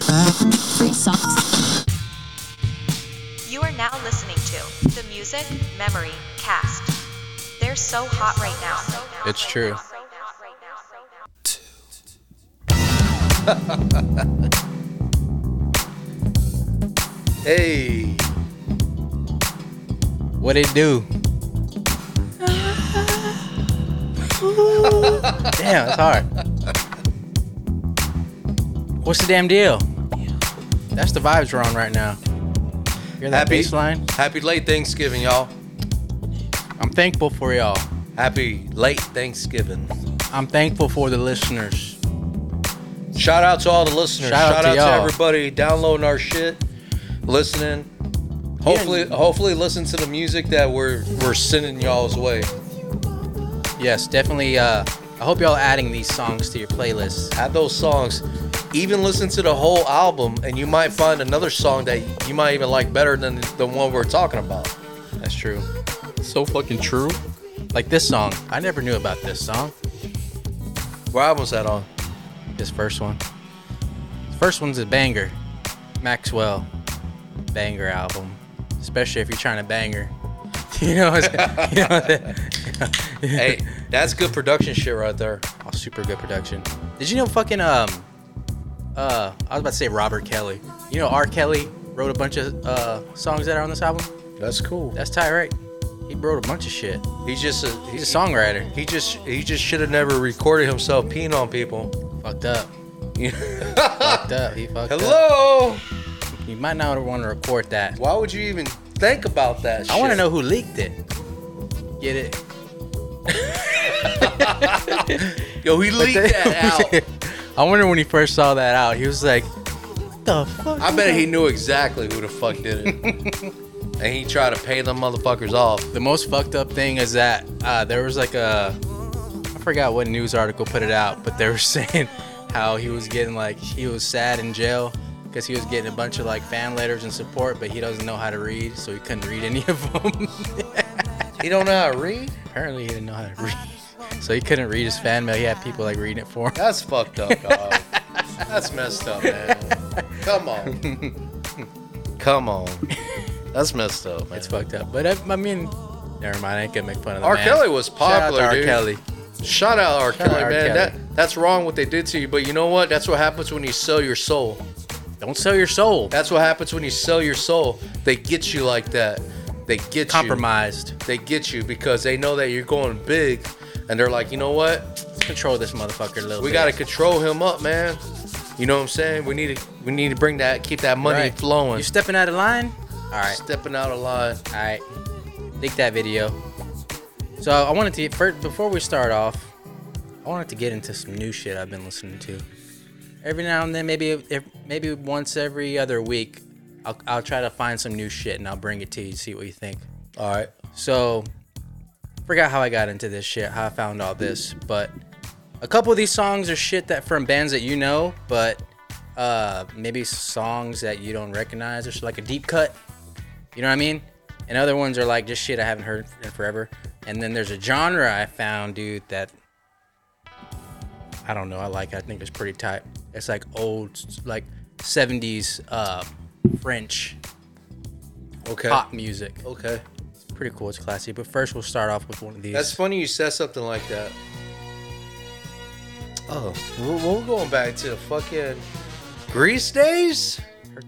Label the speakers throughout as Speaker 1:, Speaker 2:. Speaker 1: Free socks.
Speaker 2: You are now listening to the Music Memory Cast. They're so hot right now.
Speaker 3: It's true. Hey. What it do? damn, it's hard. What's the damn deal? That's the vibes we're on right now. Hear that
Speaker 4: Happy-
Speaker 3: bass line?
Speaker 4: Happy late Thanksgiving, y'all.
Speaker 3: I'm thankful for y'all.
Speaker 4: Happy late Thanksgiving.
Speaker 3: I'm thankful for the listeners.
Speaker 4: Shout out to all the listeners.
Speaker 3: Shout out to y'all.
Speaker 4: everybody downloading our shit, listening. Hopefully, hopefully listen to the music that we're we're sending y'all's way.
Speaker 3: Yes, definitely. Uh, I hope y'all adding these songs to your playlists.
Speaker 4: Add those songs. Even listen to the whole album, and you might find another song that you might even like better than the one we're talking about.
Speaker 3: That's true.
Speaker 5: So fucking true.
Speaker 3: Like this song. I never knew about this song.
Speaker 4: What album's that on?
Speaker 3: This first one. The first one's a banger. Maxwell. Banger album. Especially if you're trying to banger. You know what I'm saying? You know what I'm saying?
Speaker 4: Hey, that's good production shit right there.
Speaker 3: Oh, super good production. Did you know fucking um uh I was about to say Robert Kelly. You know R. Kelly wrote a bunch of uh songs that are on this album?
Speaker 4: That's cool.
Speaker 3: That's Ty right. He wrote a bunch of shit.
Speaker 4: He just a,
Speaker 3: He's a songwriter.
Speaker 4: He just he just should have never recorded himself peeing on people.
Speaker 3: Fucked up. Fucked up. He fucked up.
Speaker 4: Hello.
Speaker 3: You might not want to record that.
Speaker 4: Why would you even think about that?
Speaker 3: I want to
Speaker 4: shit?
Speaker 3: know who leaked it. Get it?
Speaker 4: Yo, he leaked that out.
Speaker 3: I wonder when he first saw that out. He was like, "What the fuck?"
Speaker 4: I bet he knew exactly who the fuck did it, and he tried to pay them motherfuckers off.
Speaker 3: The most fucked up thing is that uh, there was like a I forgot what news article put it out, but they were saying how he was getting like he was sad in jail because he was getting a bunch of like fan letters and support, but he doesn't know how to read, so he couldn't read any of them.
Speaker 4: He don't know how to read.
Speaker 3: Apparently, he didn't know how to read, so he couldn't read his fan mail. He had people like reading it for him.
Speaker 4: That's fucked up, dog. That's messed up, man. Come on. Come on. That's messed up, man.
Speaker 3: It's fucked up. But I, I mean, never mind. I ain't gonna make fun of the
Speaker 4: R.
Speaker 3: man.
Speaker 4: Kelly was popular,
Speaker 3: Shout out to R.
Speaker 4: dude.
Speaker 3: Kelly.
Speaker 4: Shout out R.
Speaker 3: Shout out
Speaker 4: Kelly,
Speaker 3: R.
Speaker 4: man.
Speaker 3: Kelly.
Speaker 4: That that's wrong what they did to you, but you know what? That's what happens when you sell your soul.
Speaker 3: Don't sell your soul.
Speaker 4: That's what happens when you sell your soul. They get you like that. They get
Speaker 3: Compromised.
Speaker 4: you. They get you because they know that you're going big, and they're like, you know what?
Speaker 3: Control this motherfucker a little
Speaker 4: We
Speaker 3: bit.
Speaker 4: got to control him up, man. You know what I'm saying? We need to we need to bring that keep that money
Speaker 3: Right.
Speaker 4: flowing.
Speaker 3: You stepping out of line? All right.
Speaker 4: Stepping out of line.
Speaker 3: All right. Leak that video. So I wanted to first before we start off, I wanted to get into some new shit I've been listening to. Every now and then, maybe if, maybe once every other week, I'll, I'll try to find some new shit and I'll bring it to you. See what you think.
Speaker 4: All right.
Speaker 3: So, forgot how I got into this shit, how I found all this, but a couple of these songs are shit that from bands that you know, but uh, maybe songs that you don't recognize, or shit, like a deep cut. You know what I mean? And other ones are like just shit I haven't heard in forever. And then there's a genre I found, dude, that I don't know. I like. it. I think it's pretty tight. It's like old, like 70s uh, French
Speaker 4: Okay.
Speaker 3: pop music.
Speaker 4: Okay.
Speaker 3: Pretty cool. It's classy. But first, we'll start off with one of these.
Speaker 4: That's funny you said something like that. Oh, we're, we're going back to the fucking Grease days.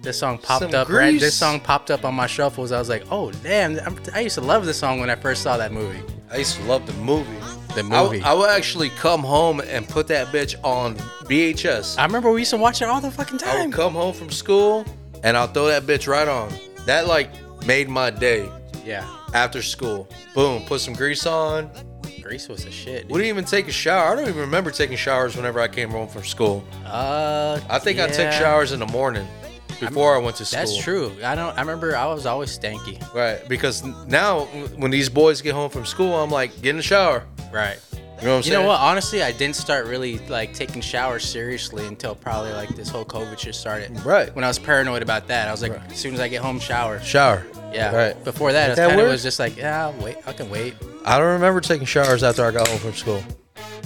Speaker 3: This song popped
Speaker 4: Some
Speaker 3: up. Right, this
Speaker 4: grease.
Speaker 3: song popped up on my shuffles. I was like, "Oh damn!" I'm, I used to love this song when I first saw that movie.
Speaker 4: I used to love the movie.
Speaker 3: The
Speaker 4: I w-
Speaker 3: movie.
Speaker 4: I,
Speaker 3: I,
Speaker 4: would actually come home and put that bitch on VHS. I,
Speaker 3: remember we used to watch it all the fucking
Speaker 4: would
Speaker 3: time.
Speaker 4: come home from school and I'll throw that bitch right on. That like made my day
Speaker 3: Yeah,
Speaker 4: after school. Boom, put some grease on.
Speaker 3: Grease was the shit. Dude.
Speaker 4: Wouldn't even take a shower. I don't even remember taking showers whenever I came home from school.
Speaker 3: uh,
Speaker 4: I think I took
Speaker 3: yeah,
Speaker 4: showers in the morning before i went to school.
Speaker 3: That's true. I don't. I remember I was always stanky.
Speaker 4: Right, because now when these boys get home from school, I'm like, get in the shower.
Speaker 3: Right.
Speaker 4: You know what I'm
Speaker 3: You
Speaker 4: saying?
Speaker 3: know what? Honestly, I didn't start really like taking showers seriously until probably like this whole COVID shit started.
Speaker 4: Right.
Speaker 3: When I was paranoid about that, I was like,
Speaker 4: Right.
Speaker 3: as soon as I get home, shower.
Speaker 4: Shower.
Speaker 3: Yeah.
Speaker 4: Right.
Speaker 3: Before that, I
Speaker 4: that
Speaker 3: kind of
Speaker 4: work?
Speaker 3: was just like, yeah, I'll wait. I can wait.
Speaker 4: I don't remember taking showers after I got home from school.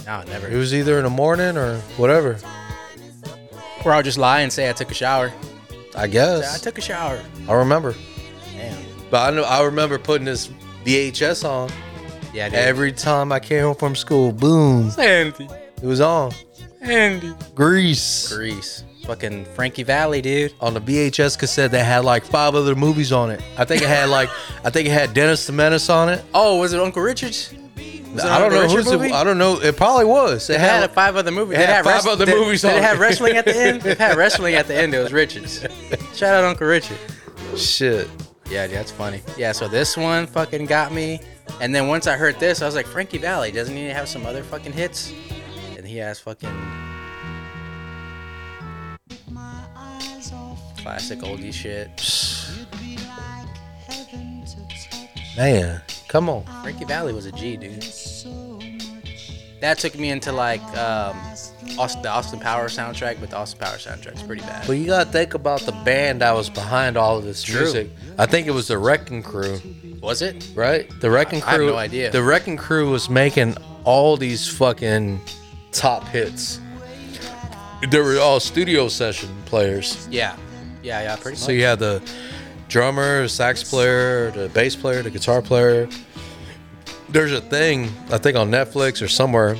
Speaker 3: No, never.
Speaker 4: It was either in the morning or whatever.
Speaker 3: Or I'll just lie and say I took a shower.
Speaker 4: I
Speaker 3: I
Speaker 4: guess.
Speaker 3: took a shower.
Speaker 4: I remember.
Speaker 3: Damn.
Speaker 4: But I know I remember putting this VHS on
Speaker 3: Yeah, dude.
Speaker 4: every time I came home from school. Boom.
Speaker 3: Andy.
Speaker 4: It was on.
Speaker 3: Andy.
Speaker 4: Grease.
Speaker 3: Grease. Fucking Frankie Valley, dude.
Speaker 4: On the VHS cassette that had like five other movies on it. I think it had like I think it had Dennis the Menace on it.
Speaker 3: Oh, was it Uncle Richard's? Was it
Speaker 4: I don't
Speaker 3: Uncle
Speaker 4: know
Speaker 3: Richard
Speaker 4: who's
Speaker 3: movie?
Speaker 4: it, I don't know. It probably was. It,
Speaker 3: It had five other movies.
Speaker 4: it
Speaker 3: Did
Speaker 4: had
Speaker 3: have
Speaker 4: five
Speaker 3: wrestling-
Speaker 4: other
Speaker 3: did-
Speaker 4: movies
Speaker 3: Did
Speaker 4: on
Speaker 3: it have
Speaker 4: it.
Speaker 3: wrestling at the end? It had wrestling at the end. It was Richard's. Shout out Uncle Richard.
Speaker 4: shit.
Speaker 3: Yeah, dude, that's funny. Yeah, so this one fucking got me. And then once I heard this, I was like, Frankie Valley, doesn't he have some other fucking hits? And he has fucking classic oldie shit.
Speaker 4: Man, come on.
Speaker 3: Frankie Valley was a G, dude. That took me into like um, Aus- the Austin Power soundtrack, but the Austin Power soundtrack's pretty bad.
Speaker 4: But you gotta think about the band that was behind all of this
Speaker 3: True.
Speaker 4: music. I think it was the Wrecking Crew,
Speaker 3: Was it?
Speaker 4: right? The Wrecking
Speaker 3: I
Speaker 4: Crew.
Speaker 3: have no idea.
Speaker 4: The Wrecking Crew was making all these fucking top hits. They were all studio session players.
Speaker 3: Yeah. Yeah, yeah, pretty
Speaker 4: So
Speaker 3: much.
Speaker 4: you had the drummer, sax player, the bass player, the guitar player. There's a thing I think on Netflix or somewhere.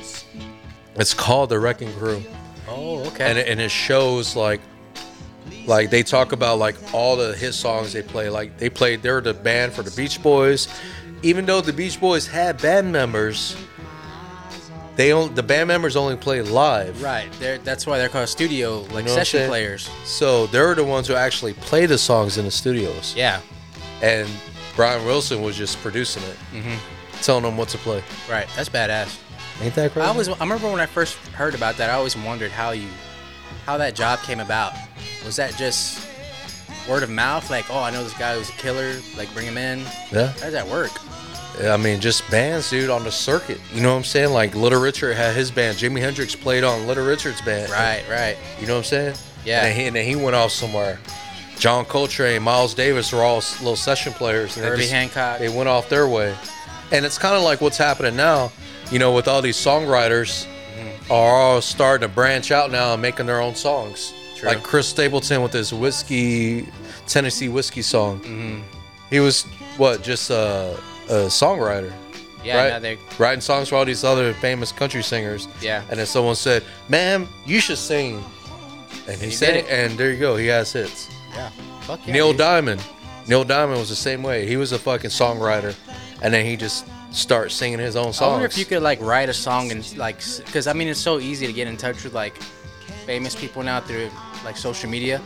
Speaker 4: It's called the Wrecking Crew.
Speaker 3: Oh, okay.
Speaker 4: and it, and it shows like like they talk about like all the hit songs they play like they played they were the band for the beach boys even though the beach boys had band members they only the band members only play live
Speaker 3: right. They're, that's why they're called studio, like
Speaker 4: know what I'm
Speaker 3: session
Speaker 4: saying?
Speaker 3: players.
Speaker 4: so they're the ones who actually play the songs in the studios
Speaker 3: Yeah.
Speaker 4: and brian wilson was just producing it telling them what to play
Speaker 3: Right. That's badass.
Speaker 4: Mm-hmm. ain't that crazy
Speaker 3: I always I remember when I first heard about that, I always wondered how you how that job came about. Was that just word of mouth? Like, oh, I know this guy who's a killer. Like, bring him in.
Speaker 4: yeah
Speaker 3: How does that work?
Speaker 4: I mean, just bands, dude, on the circuit. You know what I'm saying? Like Little Richard had his band. Jimi Hendrix played on Little Richard's band.
Speaker 3: Right. Right.
Speaker 4: You know what I'm saying?
Speaker 3: Yeah.
Speaker 4: And then he, and then he went off somewhere. John Coltrane, Miles Davis were all s- little session players. And they
Speaker 3: Herbie
Speaker 4: just-
Speaker 3: Hancock.
Speaker 4: They went off their way. And it's kind of like what's happening now, you know, with all these songwriters
Speaker 3: Mm-hmm.
Speaker 4: are all starting to branch out now and making their own songs.
Speaker 3: True.
Speaker 4: Like Chris Stapleton with his whiskey, Tennessee whiskey song.
Speaker 3: Mm-hmm.
Speaker 4: He was, what, just a, a songwriter.
Speaker 3: Yeah.
Speaker 4: right?
Speaker 3: Now they.
Speaker 4: Writing songs for all these other famous country singers.
Speaker 3: Yeah.
Speaker 4: And then someone said, "Ma'am, you should sing." And he,
Speaker 3: he
Speaker 4: said
Speaker 3: did
Speaker 4: it, and there you go. He has hits.
Speaker 3: Yeah. Fuck yeah.
Speaker 4: Neil
Speaker 3: dude.
Speaker 4: Diamond. Neil Diamond was the same way. He was a fucking songwriter, and then he just starts singing his own songs.
Speaker 3: I wonder if you could like write a song and like, because I mean, it's so easy to get in touch with like famous people now through like social media.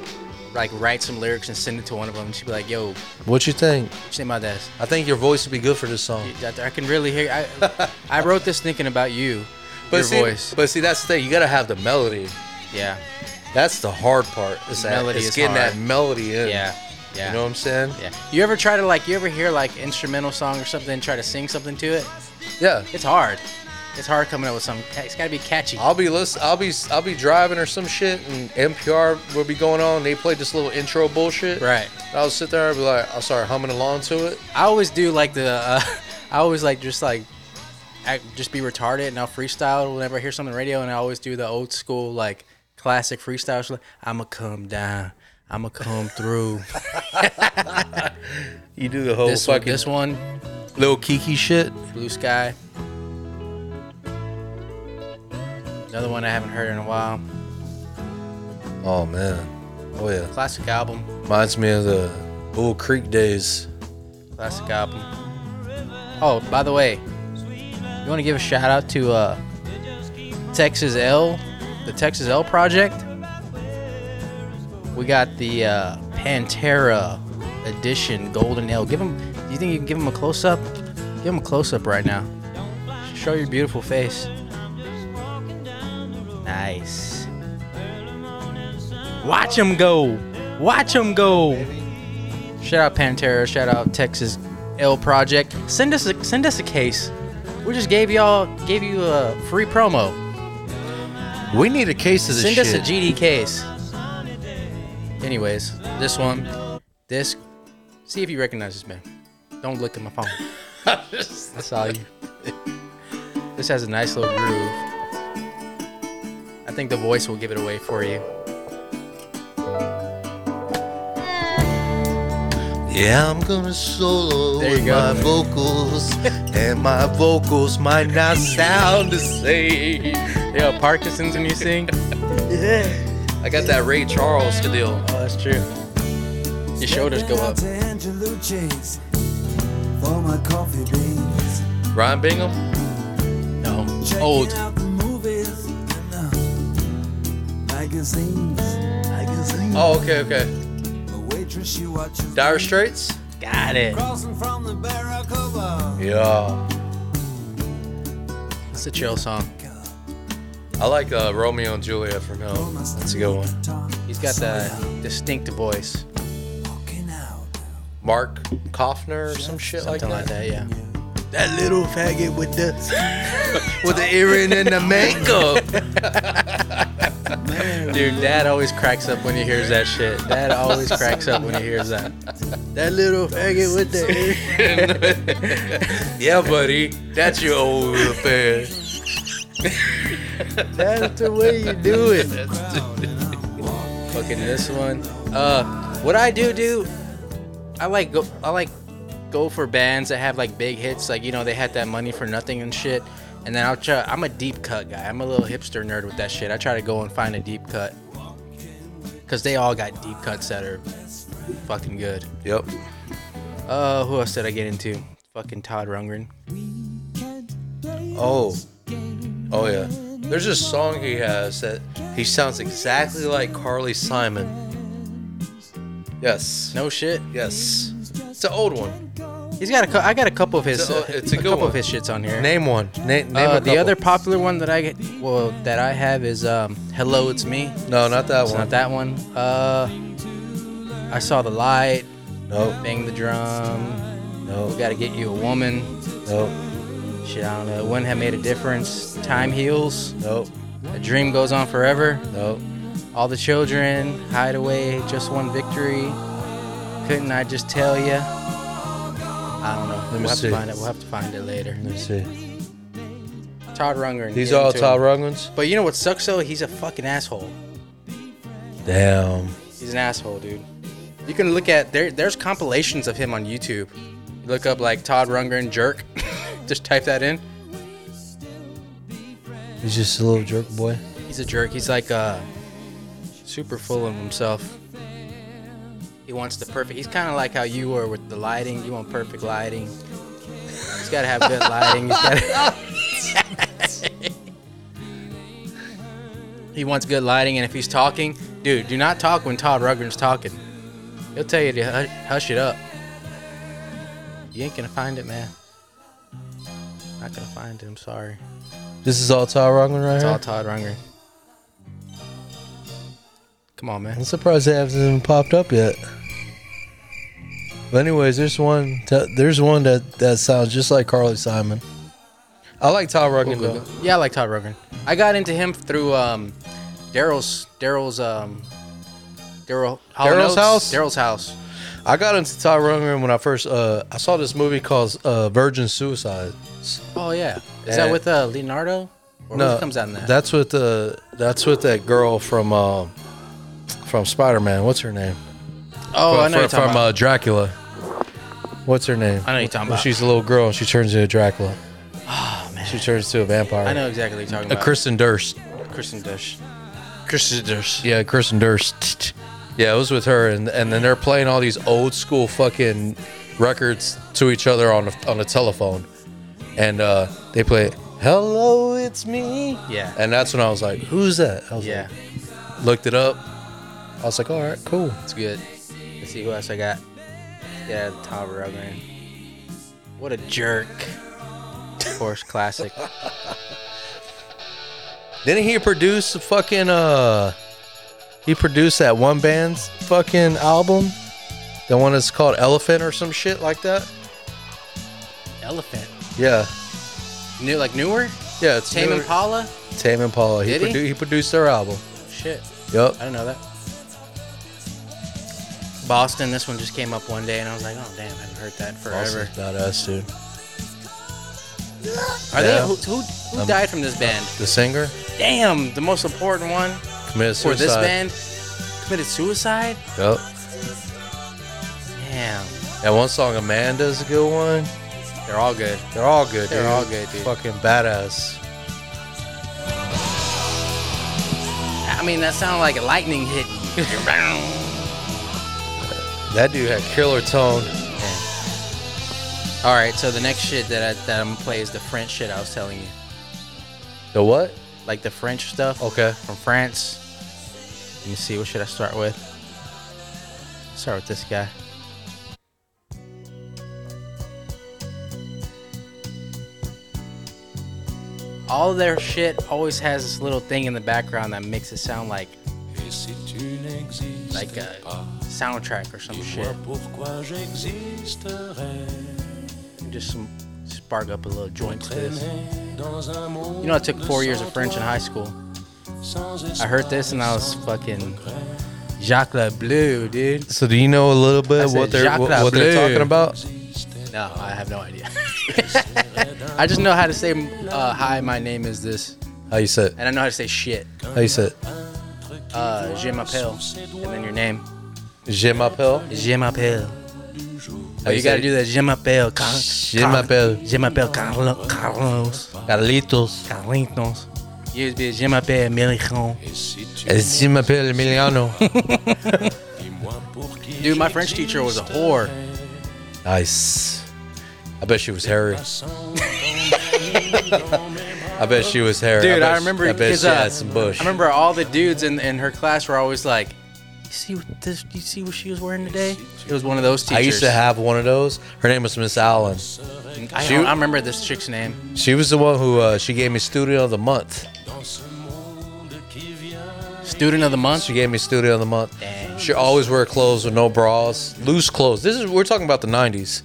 Speaker 3: Like, write some lyrics and send it to one of them. And she'd be like, yo, what
Speaker 4: What you think?
Speaker 3: you think about this?
Speaker 4: I think your voice would be good for this song.
Speaker 3: That- I can really hear. I, I wrote this thinking about you,
Speaker 4: But
Speaker 3: your
Speaker 4: see,
Speaker 3: voice.
Speaker 4: but see, that's the thing. You gotta have the melody.
Speaker 3: yeah,
Speaker 4: That's the hard part. Is that
Speaker 3: Melody
Speaker 4: it's
Speaker 3: is
Speaker 4: getting
Speaker 3: hard.
Speaker 4: that melody in.
Speaker 3: yeah, yeah.
Speaker 4: You know what I'm saying?
Speaker 3: yeah. You ever try to like? You ever hear like instrumental song or something? and Try to sing something to it.
Speaker 4: Yeah.
Speaker 3: It's hard. It's hard coming up with something. It's got to be catchy.
Speaker 4: I'll be listen. I'll be I'll be driving or some shit, and NPR will be going on. They play this little intro bullshit.
Speaker 3: Right.
Speaker 4: And I'll sit there and be like, I'll start humming along to it.
Speaker 3: I always do like the. Uh, I always like just like. I just be retarded and I'll freestyle whenever I hear something on the radio and I always do the old school like classic freestyle. So, like, I'ma come down. I'ma come through.
Speaker 4: You do the whole
Speaker 3: this one,
Speaker 4: fucking
Speaker 3: this one,
Speaker 4: little kiki shit.
Speaker 3: Blue Sky. Another one I haven't heard in a while.
Speaker 4: Oh man. Oh yeah.
Speaker 3: Classic album.
Speaker 4: Reminds me of the Bull Creek days.
Speaker 3: Classic album. Oh, by the way, you want to give a shout out to uh, Texas L, the Texas L Project. We got the uh, Pantera edition Golden L. Give him. Do you think you can give him a close up? Give him a close up right now. Show your beautiful face. Nice. Watch him go. Watch him go. Shout out Pantera. Shout out Texas L Project. Send us a, send us a case. We just gave y'all gave you a free promo.
Speaker 4: We need a case of this
Speaker 3: Send
Speaker 4: shit.
Speaker 3: us a GD case. Anyways, this one, this. See if you recognize this man. Don't look at my phone. That's all you. This has a nice little groove. I think the voice will give it away for you.
Speaker 4: Yeah, I'm gonna solo
Speaker 3: There you
Speaker 4: my
Speaker 3: go.
Speaker 4: vocals, and my vocals might not sound the same.
Speaker 3: Yeah, Parkinson's when you sing. yeah.
Speaker 4: I got that Ray Charles deal.
Speaker 3: Oh, that's true. Your shoulders go up.
Speaker 1: For my coffee beans.
Speaker 4: Ryan Bingham?
Speaker 3: No.
Speaker 1: Checking
Speaker 3: Old.
Speaker 1: out the movies and the magazines. Magazines.
Speaker 4: Oh, okay, okay.
Speaker 1: A waitress she watches.
Speaker 4: Dire
Speaker 1: me
Speaker 4: Straits?
Speaker 3: Got it.
Speaker 1: Crossing from the Barracuda.
Speaker 4: Yeah.
Speaker 3: It's a chill song.
Speaker 4: I like uh, Romeo and Juliet from Hell. That's a good one.
Speaker 1: Tom
Speaker 3: He's got that distinct voice.
Speaker 1: walking out.
Speaker 4: Mark Kaufner or some shit
Speaker 3: Something like that, yeah.
Speaker 4: That little faggot with the with the earring and the mango.
Speaker 3: Dude, dad always cracks up when he hears that shit. Dad always cracks up when he hears that. That little faggot with the.
Speaker 4: yeah, buddy, that's your old affair.
Speaker 3: That's the way you do it. Fucking this one. Uh, what I do do, I like go. I like go for bands that have like big hits. Like you know they had that money for nothing and shit. And then I'll try. I'm a deep cut guy. I'm a little hipster nerd with that shit. I try to go and find a deep cut. Cause they all got deep cuts that are fucking good.
Speaker 4: Yep.
Speaker 3: Uh, who else did I get into? Fucking Todd Rundgren.
Speaker 4: Oh. Oh yeah. There's a song he has that he sounds exactly like Carly Simon. Yes.
Speaker 3: No shit.
Speaker 4: Yes. It's an old one.
Speaker 3: He's got a. cou- I got a couple of his.
Speaker 4: So,
Speaker 3: uh,
Speaker 4: it's a good
Speaker 3: couple
Speaker 4: one.
Speaker 3: of his shits on here.
Speaker 4: Name one. Na- name a
Speaker 3: Uh, the
Speaker 4: couple.
Speaker 3: other popular one that I get, well, that I have is um, "Hello, It's Me."
Speaker 4: No, not that
Speaker 3: It's
Speaker 4: one.
Speaker 3: not that one. Uh, I saw the light,
Speaker 4: No.
Speaker 3: bang the drum. Oh, We
Speaker 4: No.
Speaker 3: gotta get you a woman.
Speaker 4: No.
Speaker 3: Shit, I don't know. Wouldn't have made a difference. Time heals.
Speaker 4: No.
Speaker 3: A dream goes on forever.
Speaker 4: No.
Speaker 3: All the children, hideaway, just one victory. Couldn't I just tell ya? I don't know.
Speaker 4: me
Speaker 3: we'll have
Speaker 4: see.
Speaker 3: to find it. We'll have to find it later.
Speaker 4: Let me see.
Speaker 3: Todd Rundgren.
Speaker 4: These
Speaker 3: get
Speaker 4: are all
Speaker 3: into
Speaker 4: Todd
Speaker 3: him.
Speaker 4: Rundgrens?
Speaker 3: But you know what sucks though? He's a fucking asshole.
Speaker 4: Damn.
Speaker 3: He's an asshole, dude. You can look at there. There's compilations of him on YouTube. Look up like Todd Rundgren jerk. Just type that in.
Speaker 4: He's just a little jerk boy.
Speaker 3: He's a jerk. He's like uh, super full of himself. He wants the perfect. He's kind of like how you were with the lighting. You want perfect lighting. He's got to have good lighting. He's gotta, he wants good lighting, and if he's talking, dude, do not talk when Todd Rundgren's talking. He'll tell you to hush, hush it up. You ain't gonna find it, man. Not gonna find it. I'm sorry.
Speaker 4: This is all Todd Rundgren right
Speaker 3: It's
Speaker 4: here.
Speaker 3: all Todd Rundgren. Come on, man.
Speaker 4: I'm surprised they haven't even popped up yet. But anyways, there's one. T- there's one that that sounds just like Carly Simon. I like Todd Rundgren though.
Speaker 3: Yeah, I like Todd Rundgren. I got into him through um, Daryl's Daryl's um, Daryl Hall and
Speaker 4: Daryl's
Speaker 3: Oates-
Speaker 4: house?
Speaker 3: Daryl's house.
Speaker 4: I got into Todd Rundgren when I first uh, I saw this movie called uh, Virgin Suicides.
Speaker 3: Oh yeah, is
Speaker 4: Yeah.
Speaker 3: that with uh, Leonardo? Or who Oh, comes out in that?
Speaker 4: That's with the that's with that girl from uh, from Spider Man. What's her name?
Speaker 3: oh,
Speaker 4: from,
Speaker 3: I know you're
Speaker 4: from,
Speaker 3: talking
Speaker 4: uh,
Speaker 3: about.
Speaker 4: Dracula. What's her name?
Speaker 3: I know you're talking
Speaker 4: When
Speaker 3: about. Ah,
Speaker 4: She's a little girl and she turns into Dracula. Oh man. She turns into a vampire.
Speaker 3: I know exactly what you're talking
Speaker 4: Uh,
Speaker 3: about.
Speaker 4: Kristen Durst.
Speaker 3: Kristen Dush. Kristen Dush.
Speaker 4: Yeah, Kirsten Durst. Yeah, it was with her, and and then they're playing all these old school fucking records to each other on the, on the telephone, and uh, they play "Hello, it's me."
Speaker 3: Yeah.
Speaker 4: and that's when I was like, "Who's that?" I was
Speaker 3: Yeah,
Speaker 4: like, looked it up. I was like, "All right, cool."
Speaker 3: it's good. Let's see who else I got. Yeah, Todd Rundgren. What a jerk. Of course, classic.
Speaker 4: Didn't he produce the fucking uh? He produced that one band's fucking album, the one that's called Elephant or some shit like that.
Speaker 3: Elephant.
Speaker 4: Yeah,
Speaker 3: New, like newer?
Speaker 4: yeah, it's
Speaker 3: Tame
Speaker 4: new-
Speaker 3: Impala?
Speaker 4: Tame Impala.
Speaker 3: Did he?
Speaker 4: produ- he produced their album.
Speaker 3: Shit.
Speaker 4: Yep.
Speaker 3: I don't know that. Boston, this one just came up one day and I was like, oh damn, I haven't heard that forever.
Speaker 4: Not us, dude.
Speaker 3: Are
Speaker 4: Yeah.
Speaker 3: they who who, who
Speaker 4: Um,
Speaker 3: died from this band?
Speaker 4: The singer
Speaker 3: Damn, the most important one
Speaker 4: committed
Speaker 3: for
Speaker 4: suicide.
Speaker 3: this band committed suicide?
Speaker 4: Yep.
Speaker 3: Damn.
Speaker 4: That one song, Amanda's a good one.
Speaker 3: They're all good.
Speaker 4: They're all good.
Speaker 3: They're
Speaker 4: dude.
Speaker 3: all good, dude.
Speaker 4: Fucking badass.
Speaker 3: I mean, that sounded like a lightning hit.
Speaker 4: That dude had killer tone.
Speaker 3: all right, so the next shit that I, that I'm gonna play is the French shit I was telling you,
Speaker 4: The what?
Speaker 3: like the French stuff.
Speaker 4: Okay.
Speaker 3: from France. Let me see. What should I start with? Start with this guy. All their shit always has this little thing in the background that makes it sound like like a soundtrack or some shit. Just some spark up a little joint to this. You know, I took four years of French in high school. I heard this and I was fucking Jacques Le Bleu, dude.
Speaker 4: So do you know a little
Speaker 3: I
Speaker 4: bit
Speaker 3: said
Speaker 4: what they're
Speaker 3: Jacques
Speaker 4: what, what they're
Speaker 3: Lableu.
Speaker 4: talking about?
Speaker 3: No, I have no idea. I just know how to say, uh, hi, my name is this.
Speaker 4: How you said?
Speaker 3: And I know how to say shit.
Speaker 4: How you said?
Speaker 3: Uh, je m'appelle. And then your name.
Speaker 4: Je m'appelle.
Speaker 3: Je m'appelle.
Speaker 4: How
Speaker 3: Oh, you gotta
Speaker 4: say
Speaker 3: do that. Je m'appelle. Car-
Speaker 4: Je
Speaker 3: Car-
Speaker 4: m'appelle.
Speaker 3: Je m'appelle Carlo- Carlos.
Speaker 4: it? Carlitos.
Speaker 3: Carlitos. You be Je m'appelle Milichon.
Speaker 4: Je m'appelle Emiliano.
Speaker 3: Dude, my French teacher was a whore.
Speaker 4: nice. I bet she was hairy. I bet she was hairy.
Speaker 3: Dude,
Speaker 4: bet
Speaker 3: I
Speaker 4: she-
Speaker 3: remember
Speaker 4: I bet
Speaker 3: because
Speaker 4: she
Speaker 3: uh,
Speaker 4: had some bush.
Speaker 3: I remember all the dudes in, in her class were always like, "You see what this? You see what she was wearing today?" It was one of those teachers.
Speaker 4: I used to have one of those. Her name was Miss Allen.
Speaker 3: I,
Speaker 4: she-
Speaker 3: don't- I remember this chick's name.
Speaker 4: She was the one who uh, she gave me Studio of the Month.
Speaker 3: Student of the month.
Speaker 4: She gave me Studio of the Month.
Speaker 3: Dang.
Speaker 4: She always wear clothes with no bras, loose clothes. This is we're talking about the 90s,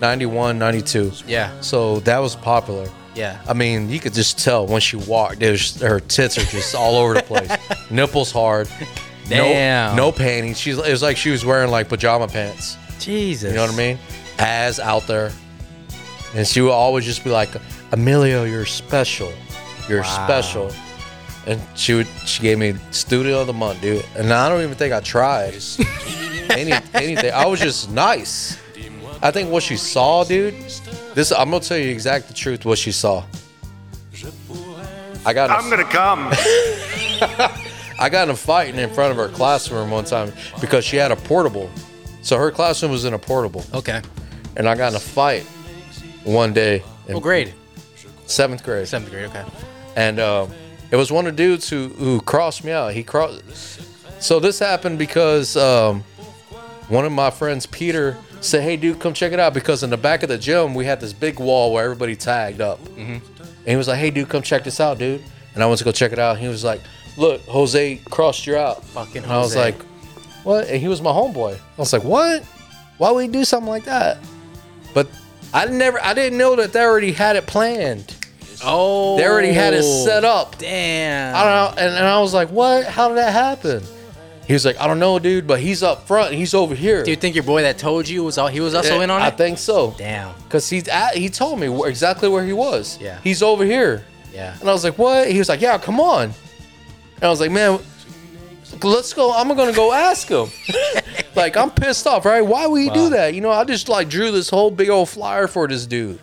Speaker 4: 91, 92.
Speaker 3: Yeah,
Speaker 4: So that was popular.
Speaker 3: yeah.
Speaker 4: I mean, you could just tell when she walked, it was, her tits are just all over the place. Nipples hard.
Speaker 3: Damn.
Speaker 4: No, no panties. She's it was like she was wearing like pajama pants.
Speaker 3: Jesus.
Speaker 4: You know what I mean? As out there. And she would always just be like, Emilio, you're special. You're
Speaker 3: Wow.
Speaker 4: special. And she would she gave me studio of the month, dude. And I don't even think I tried any anything. I was just nice. I think what she saw, dude, this I'm gonna tell you exact the truth what she saw. I got in a-
Speaker 6: I'm gonna come.
Speaker 4: I got in a fight in front of her classroom one time because she had a portable. So her classroom was in a portable
Speaker 3: Okay.
Speaker 4: and I got in a fight one day in
Speaker 3: Well, grade?
Speaker 4: seventh grade,
Speaker 3: Seventh grade. Okay.
Speaker 4: and um, it was one of the dudes who who crossed me out. He crossed. So this happened because um, one of my friends, Peter, said, "Hey, dude, come check it out." Because in the back of the gym, we had this big wall where everybody tagged up,
Speaker 3: Mm-hmm.
Speaker 4: and he was like, "Hey, dude, come check this out, dude." And I went to go check it out. He was like, "Look, Jose crossed you out."
Speaker 3: Fucking
Speaker 4: And I was
Speaker 3: Jose.
Speaker 4: like, "What?" And he was my homeboy. I was like, "What? Why would he do something like that?" But I never, I didn't know that they already had it planned.
Speaker 3: Oh.
Speaker 4: They already had it set up.
Speaker 3: Damn.
Speaker 4: I don't know. And, and I was like, what? How did that happen? He was like, I don't know, dude, but he's up front. He's over here.
Speaker 3: Do you think your boy that told you was all? He was also in on it.
Speaker 4: I think so.
Speaker 3: Damn.
Speaker 4: Because he's at, he told me where, exactly where he was.
Speaker 3: Yeah.
Speaker 4: He's over here.
Speaker 3: Yeah.
Speaker 4: And I was like, what? He was like, yeah, come on. And I was like, man, let's go. I'm going to go ask him. like, I'm pissed off, right? Why would he do that? You know, I just like drew this whole big old flyer for this dude.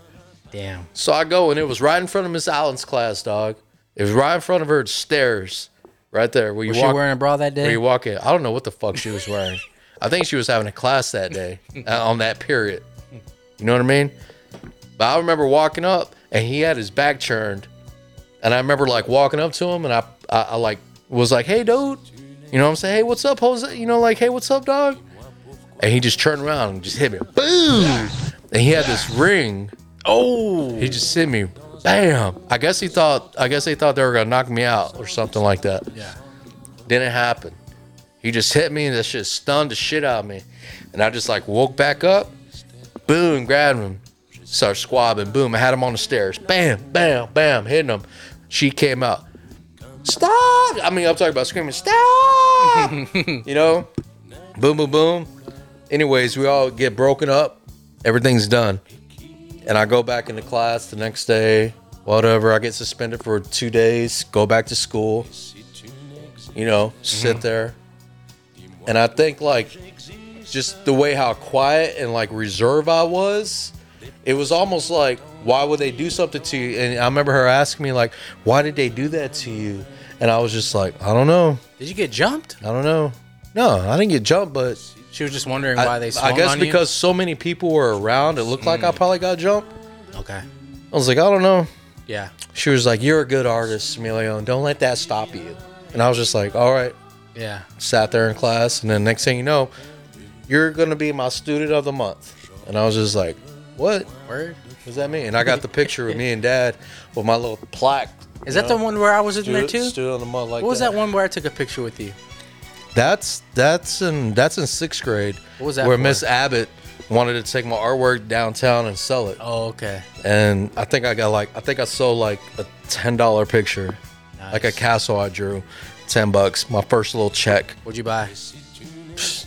Speaker 3: Damn.
Speaker 4: So I go and it was right in front of Miss Allen's class, dog. It was right in front of her stairs, right there where you
Speaker 3: Was she
Speaker 4: walk.
Speaker 3: wearing a bra that
Speaker 4: where
Speaker 3: day?
Speaker 4: you walk in. I don't know what the fuck she was wearing. I think she was having a class that day uh, on that period. You know what I mean? But I remember walking up and he had his back turned, and I remember like walking up to him and I I, I like was like, hey dude, you know what I'm saying? Hey, what's up, Jose? You know, like, hey, what's up, dog? And he just turned around and just hit me, boom. And he had this ring.
Speaker 3: oh.
Speaker 4: He just hit me. Bam. I guess he thought I guess they thought they were gonna knock me out or something like that.
Speaker 3: Yeah.
Speaker 4: Didn't happen. He just hit me and that shit stunned the shit out of me. And I just like woke back up, boom, grabbed him, started squabbing, boom, I had him on the stairs. Bam, bam, bam, hitting him. She came out. Stop! I mean, I'm talking about screaming, stop! you know? Boom, boom, boom. Anyways, we all get broken up. Everything's done. And I go back into class the next day, whatever. I get suspended for two days, go back to school,
Speaker 3: Mm-hmm.
Speaker 4: you know, sit there. And I think, like, just the way how quiet and like reserved I was, it was almost like, why would they do something to you? And I remember her asking me like, why did they do that to you? And I was just like, I don't know,
Speaker 3: Did you get jumped?
Speaker 4: I don't know. No, I didn't get jumped, but
Speaker 3: She was just wondering
Speaker 4: I,
Speaker 3: why they. Swung
Speaker 4: I guess
Speaker 3: on you? Mm.
Speaker 4: because so many people were around, it looked like I probably got jumped.
Speaker 3: Okay.
Speaker 4: I was like, I don't know.
Speaker 3: Yeah.
Speaker 4: She was like, "You're a good artist, Emilio, and don't let that stop you." And I was just like, "All right."
Speaker 3: Yeah.
Speaker 4: Sat there in class, and then next thing you know, you're gonna be my student of the month. And I was just like, "What? What
Speaker 3: Word.
Speaker 4: does that mean?" And I got the picture of me and Dad with my little plaque.
Speaker 3: Is
Speaker 4: you
Speaker 3: that
Speaker 4: know,
Speaker 3: the one where I was in there
Speaker 4: Student,
Speaker 3: too?
Speaker 4: student of the month. Like
Speaker 3: What was that one where I took a picture with you?
Speaker 4: That's that's in that's in sixth grade.
Speaker 3: What was that
Speaker 4: Where
Speaker 3: for?
Speaker 4: Miss Abbott wanted to take my artwork downtown and sell it.
Speaker 3: Oh, okay.
Speaker 4: and I think I got like I think I sold like a ten dollar picture, like a
Speaker 3: Nice.
Speaker 4: castle I drew, ten bucks. My first little check,
Speaker 3: What'd you buy?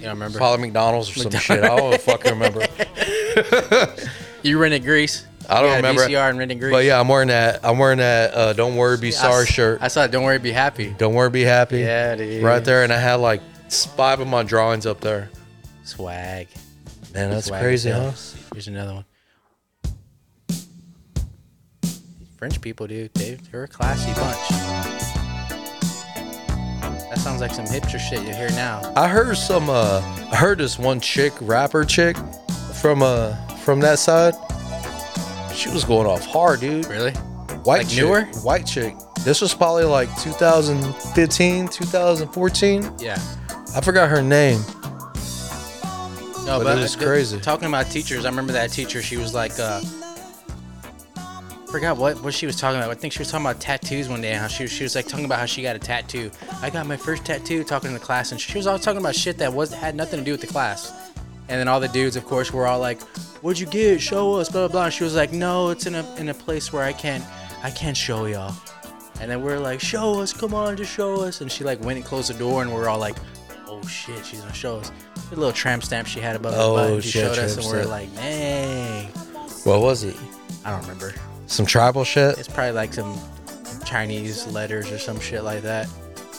Speaker 3: Yeah, I remember.
Speaker 4: probably McDonald's or some shit. I don't fucking remember.
Speaker 3: You rented Grease.
Speaker 4: I don't remember.
Speaker 3: VCR and rented Grease.
Speaker 4: But yeah, I'm wearing that. I'm wearing that. Uh, don't worry, be
Speaker 3: I
Speaker 4: sorry
Speaker 3: s-
Speaker 4: shirt.
Speaker 3: I saw it. Don't worry, be happy.
Speaker 4: don't worry, be happy.
Speaker 3: Yeah, dude.
Speaker 4: Right there, and I had like s- five of my drawings up there.
Speaker 3: Swag.
Speaker 4: Man, that's
Speaker 3: Swag
Speaker 4: crazy,
Speaker 3: as hell.
Speaker 4: huh?
Speaker 3: Here's another one. French people, dude. They they're a classy bunch. That sounds like some hipster shit you hear now.
Speaker 4: I heard some. Uh, I heard this one chick, rapper chick, from uh from that side. She was going off hard, dude.
Speaker 3: Really?
Speaker 4: White
Speaker 3: Like
Speaker 4: chick,
Speaker 3: newer?
Speaker 4: White chick. This was probably like 2015, 2014.
Speaker 3: Yeah.
Speaker 4: I forgot her name.
Speaker 3: No,
Speaker 4: But
Speaker 3: but
Speaker 4: it is
Speaker 3: uh,
Speaker 4: crazy.
Speaker 3: Talking about teachers, I remember that teacher. She was like, uh, forgot what what she was talking about. I think she was talking about tattoos one day. And how she she was like talking about how she got a tattoo. I got my first tattoo. Talking to the class, and she was all talking about shit that was had nothing to do with the class. And then all the dudes, of course, were all like, "What'd you get? Show us." Blah blah. blah. And she was like, "No, it's in a in a place where I can't I can't show y'all." And then we're like, show us, come on, just show us. And she like went and closed the door, and we're all like, oh shit, she's gonna show us. The little tramp stamp she had above
Speaker 4: Oh,
Speaker 3: her butt. and She
Speaker 4: shit,
Speaker 3: showed us, and
Speaker 4: tramp
Speaker 3: we're
Speaker 4: stamp.
Speaker 3: like, dang.
Speaker 4: What was it?
Speaker 3: I don't remember.
Speaker 4: Some tribal shit.
Speaker 3: It's probably like some Chinese letters or some shit like that.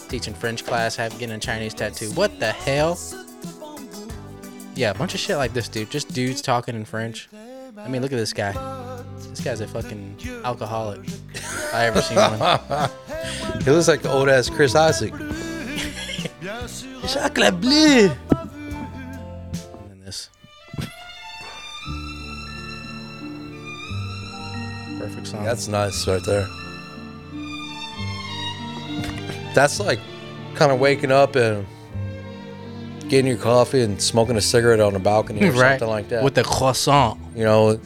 Speaker 3: Teaching French class, have getting a Chinese tattoo. What the hell? Yeah, a bunch of shit like this, dude. Just dudes talking in French. I mean, look at this guy. This guy's a fucking alcoholic. if I ever seen one.
Speaker 4: It looks like the old ass Chris Isaac. Chocolat bleu.
Speaker 3: than this. Perfect song.
Speaker 4: That's nice right there. That's like kind of waking up and getting your coffee and smoking a cigarette on the balcony or something like that.
Speaker 3: With the croissant.
Speaker 4: you know,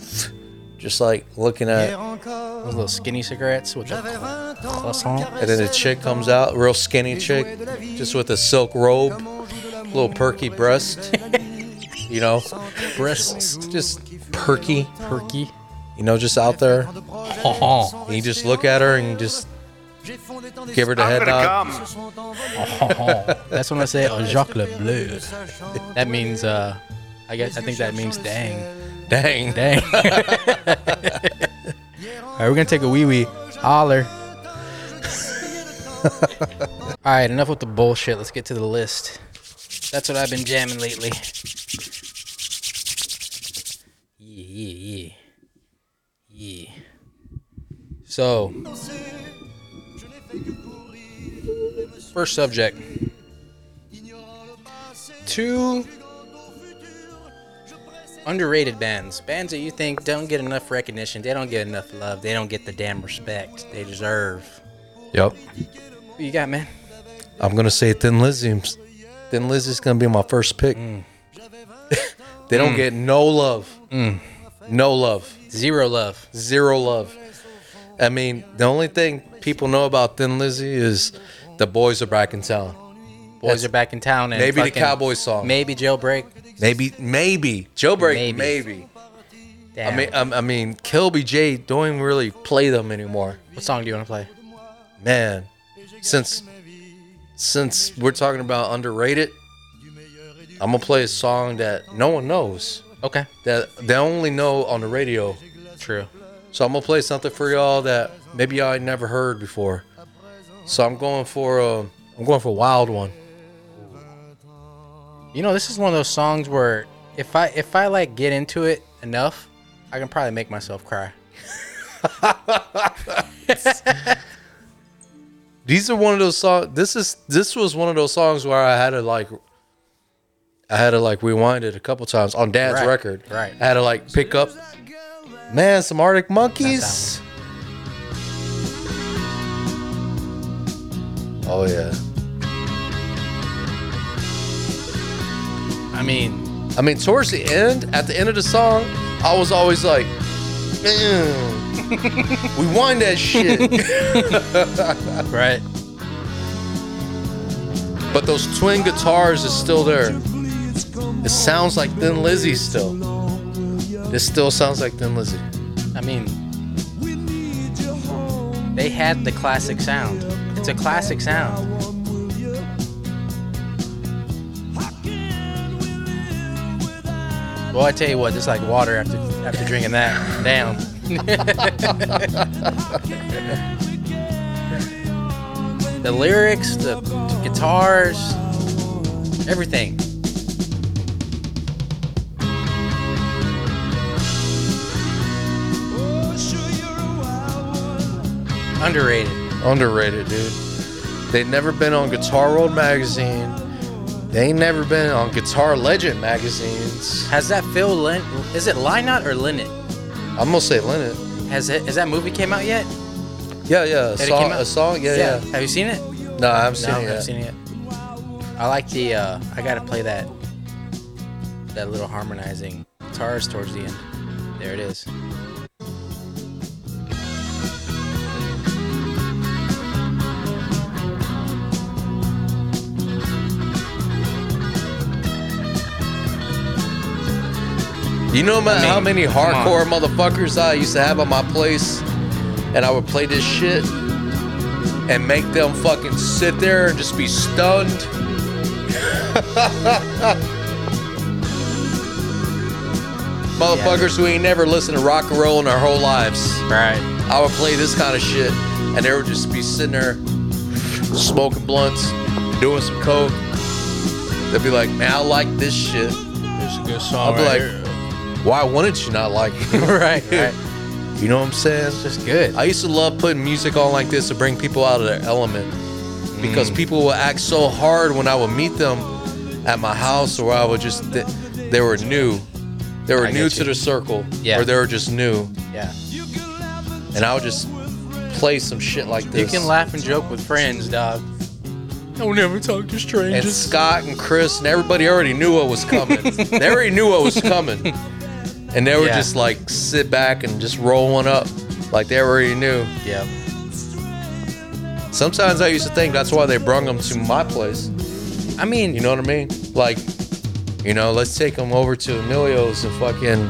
Speaker 4: just like looking at
Speaker 3: Those little skinny cigarettes with the cro- croissant.
Speaker 4: And then the chick comes out, real skinny chick, just with a silk robe, little perky breast, you know,
Speaker 3: Breasts.
Speaker 4: just perky,
Speaker 3: Perky.
Speaker 4: you know, just out there.
Speaker 5: Oh,
Speaker 4: And you just look at her and you just give her the head nod.
Speaker 3: That's when I say oh, Jacques Le Bleu. That means, uh, I guess, I think that means dang.
Speaker 4: Dang, dang.
Speaker 3: Dang. All right, we're going to take a wee wee. Holler. All right, enough with the bullshit. Let's get to the list. That's what I've been jamming lately. Yeah, yeah, yeah. Yeah. So, first subject. Two underrated bands. Bands that you think don't get enough recognition, they don't get enough love, they don't get the damn respect they deserve.
Speaker 4: Yep.
Speaker 3: Who you got, man?
Speaker 4: I'm going to say Thin Lizzy. Thin Lizzy's going to be my first pick.
Speaker 3: Mm.
Speaker 4: they don't get no love.
Speaker 3: Mm.
Speaker 4: No love.
Speaker 3: Zero love.
Speaker 4: zero love. I mean, the only thing people know about Thin Lizzy is the boys are back in town.
Speaker 3: Boys
Speaker 4: That's-
Speaker 3: are back in town. And
Speaker 4: maybe the
Speaker 3: fucking-
Speaker 4: cowboy song.
Speaker 3: Maybe jailbreak.
Speaker 4: Maybe, maybe jailbreak.
Speaker 3: Maybe.
Speaker 4: Maybe.
Speaker 3: Damn.
Speaker 4: I mean, um, I mean, Kilby J don't really play them anymore.
Speaker 3: what song do you want to play?
Speaker 4: Man, since since we're talking about underrated, I'm gonna play a song that no one knows.
Speaker 3: Okay.
Speaker 4: That they only know on the radio.
Speaker 3: True.
Speaker 4: So I'm gonna play something for y'all that maybe y'all ain't never heard before. uh, So I'm going for um, I'm going for a wild one.
Speaker 3: You know, this is one of those songs where if I if I like get into it enough, I can probably make myself cry.
Speaker 4: These are one of those songs. This is this was one of those songs where I had to like, I had to like rewind it a couple times on Dad's
Speaker 3: Right,
Speaker 4: record.
Speaker 3: right.
Speaker 4: I had to like pick up, man, some Arctic Monkeys. Oh yeah.
Speaker 3: I mean,
Speaker 4: I mean, towards the end, at the end of the song, I was always like, "Damn." rewind that shit.
Speaker 3: right?
Speaker 4: but those twin guitars is still there. It sounds like Thin Lizzy still. This still sounds like Thin Lizzy.
Speaker 3: I mean, they had the classic sound. It's a classic sound. Well, I tell you what, it's like water after after drinking that down. the lyrics, the guitars, everything. Underrated.
Speaker 4: Underrated, dude. They've never been on Guitar World magazine. They ain't never been on Guitar Legend magazines.
Speaker 3: Has that Phil Lynn? Is it Lynott or Linnet?
Speaker 4: I'm gonna say Leonard.
Speaker 3: Has it? Has that movie came out yet?
Speaker 4: Yeah, yeah. A
Speaker 3: That it
Speaker 4: song,
Speaker 3: came out?
Speaker 4: a song. Yeah, yeah.
Speaker 3: Have you seen it?
Speaker 4: No, I haven't seen
Speaker 3: no, I haven't
Speaker 4: it yet.
Speaker 3: seen it. yet. I like the. uh I gotta play that. That little harmonizing guitars towards the end. There it is.
Speaker 4: You know man,
Speaker 3: mean,
Speaker 4: how many
Speaker 3: come on.
Speaker 4: hardcore motherfuckers I used to have at my place, and I would play this shit and make them fucking sit there and just be stunned. Motherfuckers who ain't never listened to rock and roll in their whole lives.
Speaker 3: Right.
Speaker 4: I would play this kind of shit, and they would just be sitting there smoking blunts, doing some coke. They'd be like, "Man, I like this shit."
Speaker 5: It's a good song.
Speaker 4: I'll be like, why wouldn't you not like it?
Speaker 3: right. Right.
Speaker 4: You know what I'm saying?
Speaker 3: It's just good.
Speaker 4: I used to love putting music on like this to bring people out of their element because
Speaker 3: Mm.
Speaker 4: people would act so hard when I would meet them at my house or I would just, th- they were new. They were
Speaker 3: I
Speaker 4: new
Speaker 3: get
Speaker 4: to
Speaker 3: you.
Speaker 4: the circle
Speaker 3: Yeah.
Speaker 4: or they were just new.
Speaker 3: yeah.
Speaker 4: And I would just play some shit like
Speaker 3: You
Speaker 4: this.
Speaker 3: can laugh and joke with friends, dog. I'll never talk to
Speaker 4: And
Speaker 3: strangers.
Speaker 4: Scott and Chris and everybody already knew what was coming. they already knew what was coming. And they were
Speaker 3: Yeah.
Speaker 4: just like sit back and just roll one up like they already knew.
Speaker 3: yeah.
Speaker 4: Sometimes I used to think that's why they brung them to my place.
Speaker 3: I mean,
Speaker 4: You know what I mean? Like, you know, let's take them over to Emilio's and fucking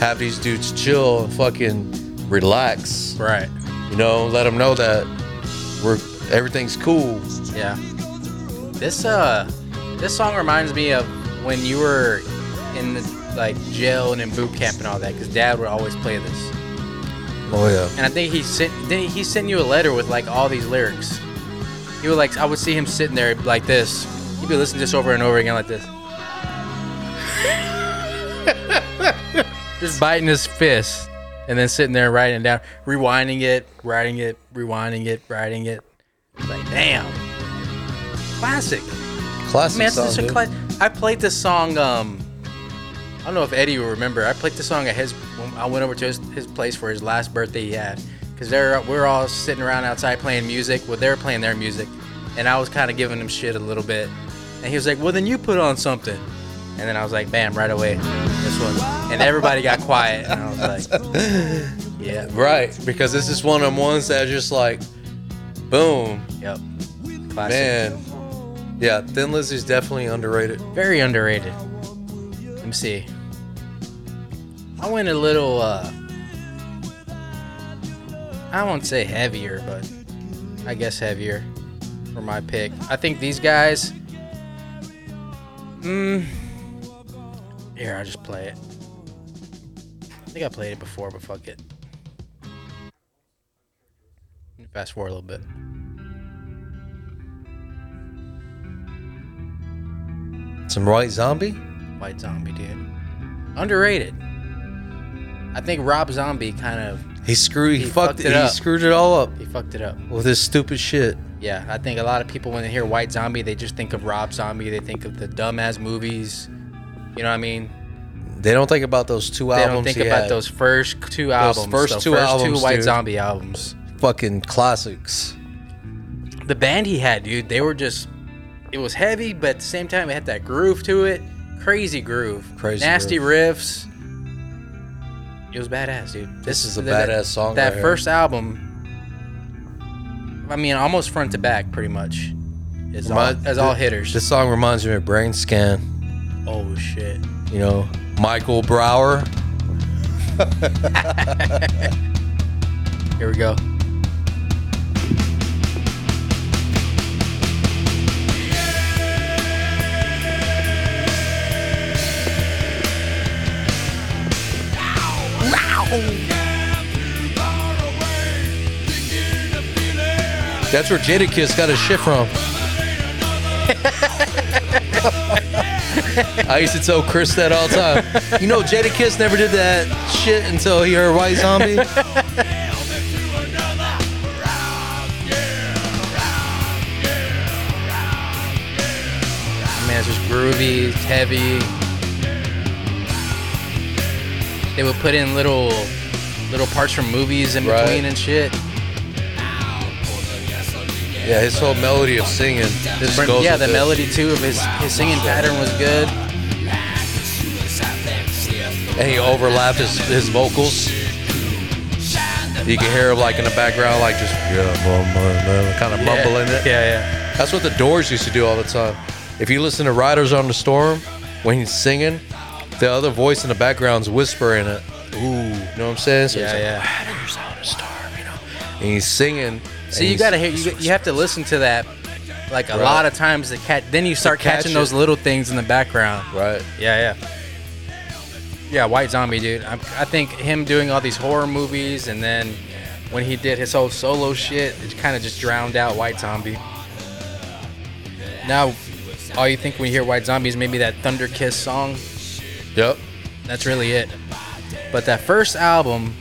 Speaker 4: have these dudes chill and fucking relax.
Speaker 3: Right.
Speaker 4: You know, let them know that we're everything's cool.
Speaker 3: Yeah. This uh this song reminds me of when you were in the like jail and in boot camp and all that cuz dad would always play this.
Speaker 4: Oh yeah.
Speaker 3: And I think he sent did he sent you a letter with like all these lyrics. He would like I would see him sitting there like this. He'd be listening to this over and over again like this. Just biting his fist and then sitting there writing it down, rewinding it, writing it, rewinding it, writing it. Like damn. Classic.
Speaker 4: Classic
Speaker 3: Man,
Speaker 4: song.
Speaker 3: this is a
Speaker 4: dude.
Speaker 3: cla- I played this song. Um, I don't know if Eddie will remember. I played this song at his. When I went over to his, his place for his last birthday he had, because they're we are all sitting around outside playing music. Well, they're playing their music, and I was kind of giving him shit a little bit, and he was like, "Well, then you put on something," and then I was like, "Bam!" Right away, this one, and everybody got quiet, and I was like, "Yeah,
Speaker 4: Right, because this is one of them ones that just like, boom,
Speaker 3: yep, classic,
Speaker 4: man. Yeah, Thin Lizzy's definitely underrated.
Speaker 3: very underrated." Let me see. I went a little uh I won't say heavier, but I guess heavier for my pick. I think these guys mm, here I'll just play it. I think I played it before, but fuck it. Fast forward a little bit.
Speaker 4: Some White Zombie?
Speaker 3: White Zombie, dude. Underrated. I think Rob Zombie kind of
Speaker 4: He screwed. He, fucked, it. He
Speaker 3: up.
Speaker 4: screwed it all up
Speaker 3: he fucked it up.
Speaker 4: with his stupid shit.
Speaker 3: Yeah, I think a lot of people when they hear White Zombie, they just think of Rob Zombie. They think of the dumbass movies. You know what I mean?
Speaker 4: They don't think about those two
Speaker 3: They
Speaker 4: albums.
Speaker 3: don't think
Speaker 4: he
Speaker 3: about
Speaker 4: had.
Speaker 3: those first two albums.
Speaker 4: first
Speaker 3: the
Speaker 4: two
Speaker 3: first
Speaker 4: albums,
Speaker 3: two White
Speaker 4: dude.
Speaker 3: Zombie albums.
Speaker 4: fucking classics.
Speaker 3: the band he had, dude, they were just it was heavy, but at the same time it had that groove to it. Crazy groove.
Speaker 4: Crazy
Speaker 3: Nasty riffs. It was badass, dude.
Speaker 4: This is a
Speaker 3: that-
Speaker 4: badass song
Speaker 3: That
Speaker 4: right here.
Speaker 3: first album I mean almost front to back pretty much. Is all,
Speaker 4: Remind-
Speaker 3: as all
Speaker 4: thi-
Speaker 3: hitters.
Speaker 4: This song reminds me of Brain Scan.
Speaker 3: oh shit.
Speaker 4: You know, Michael Brower.
Speaker 3: Here we go.
Speaker 4: That's where Jadakiss got his shit from. I used to tell Chris that all the time. You know, Jadakiss never did that shit until he heard White Zombie.
Speaker 3: I mean, it's just groovy, it's heavy. They would put in little little parts from movies in
Speaker 4: Right.
Speaker 3: between and shit.
Speaker 4: Yeah, his whole melody of singing. just
Speaker 3: Brent-
Speaker 4: goes
Speaker 3: yeah,
Speaker 4: with
Speaker 3: the
Speaker 4: it.
Speaker 3: melody too of his, his singing pattern was good.
Speaker 4: And he overlapped his, his vocals. You can hear him like in the background, like just yeah, kind of mumbling it.
Speaker 3: Yeah,
Speaker 4: That's what the Doors used to do all the time. If you listen to Riders on the Storm, when he's singing, the other voice in the background's whispering it. Ooh, you know what I'm saying? So he's
Speaker 3: yeah,
Speaker 4: like,
Speaker 3: yeah.
Speaker 4: Riders on the Storm, you know. And he's singing.
Speaker 3: So you gotta hear you, you have to listen to that like a
Speaker 4: Right.
Speaker 3: lot of times to catch. Then you start
Speaker 4: catch
Speaker 3: catching
Speaker 4: it.
Speaker 3: those little things in the background.
Speaker 4: right.
Speaker 3: Yeah, yeah. Yeah, White Zombie, dude. I'm, I think him doing all these horror movies and then when he did his whole solo shit, it kind of just drowned out White Zombie. Now, all you think when you hear White Zombie is maybe that Thunder Kiss song.
Speaker 4: Yep.
Speaker 3: That's really it. But that first album,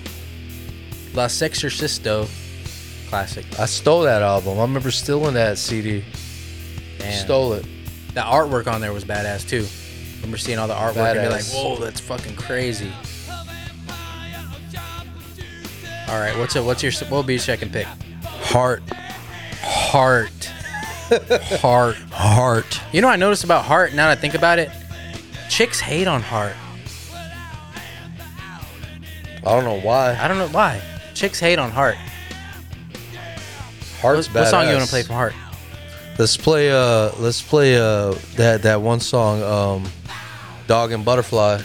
Speaker 3: La Sexorcisto, classic.
Speaker 4: I stole that album. I remember stealing that CD.
Speaker 3: Damn.
Speaker 4: Stole it.
Speaker 3: The artwork on there was badass too. Remember seeing all the artwork and be like,
Speaker 4: Badass.
Speaker 3: "Whoa, that's fucking crazy." All right, what's it? What's your? What would be your second pick?
Speaker 4: Heart.
Speaker 3: Heart. Heart.
Speaker 4: Heart.
Speaker 3: You know, what I noticed about Heart. Now that I think about it, chicks hate on Heart.
Speaker 4: I don't know why.
Speaker 3: I don't know why. Chicks hate on Heart.
Speaker 4: Heart's
Speaker 3: What, what song you want
Speaker 4: badass.
Speaker 3: to play from Heart?
Speaker 4: Let's play uh let's play uh that that one song um Dog and Butterfly.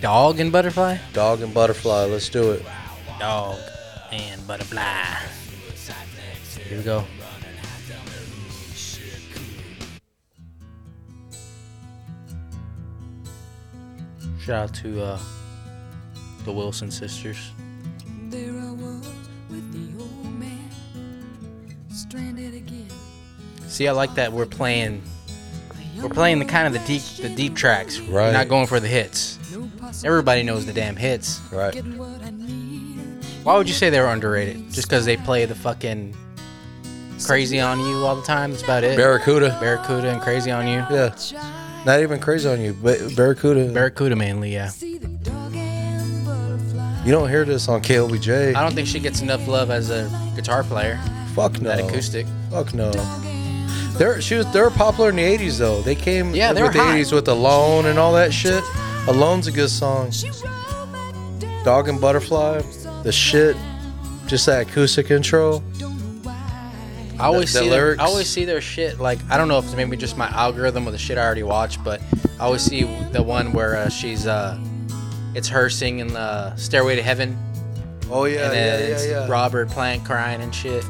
Speaker 3: Dog and Butterfly.
Speaker 4: Dog and Butterfly. Let's do it.
Speaker 3: dog and butterfly. Here we go. Shout out to uh, the Wilson sisters.
Speaker 6: There I was with the old man, stranded again.
Speaker 3: See, I like that we're playing. We're playing the kind of the deep, the deep tracks. We're
Speaker 4: Right.
Speaker 3: not going for the hits.
Speaker 6: No possible
Speaker 3: Everybody knows the damn hits.
Speaker 4: Right.
Speaker 6: getting what I need.
Speaker 3: Why would you say they're underrated? Just because they play the fucking crazy on you all the time? That's about it.
Speaker 4: Barracuda.
Speaker 3: Barracuda and crazy on you.
Speaker 4: yeah. Not even crazy on you, but Barracuda.
Speaker 3: Barracuda mainly, yeah.
Speaker 6: See the dog and butterfly.
Speaker 4: you don't hear this on KLBJ.
Speaker 3: I don't think she gets enough love as a guitar player.
Speaker 4: Fuck no.
Speaker 3: That acoustic.
Speaker 4: Fuck no. They're she was they were popular in the 80s though. They came
Speaker 3: Yeah, they
Speaker 4: with
Speaker 3: were
Speaker 4: the
Speaker 3: hot.
Speaker 4: 80s with Alone and all that shit. Alone's a good song. Dog and Butterfly. The shit. Just that acoustic intro.
Speaker 3: I always
Speaker 4: the
Speaker 3: see their,
Speaker 4: lyrics.
Speaker 3: I always see their shit. Like I don't know if it's maybe just my algorithm or the shit I already watched, but I always see the one where uh, she's uh, it's her singing uh, "Stairway to Heaven"
Speaker 4: Oh yeah,
Speaker 3: and then it's Robert Plant crying and shit.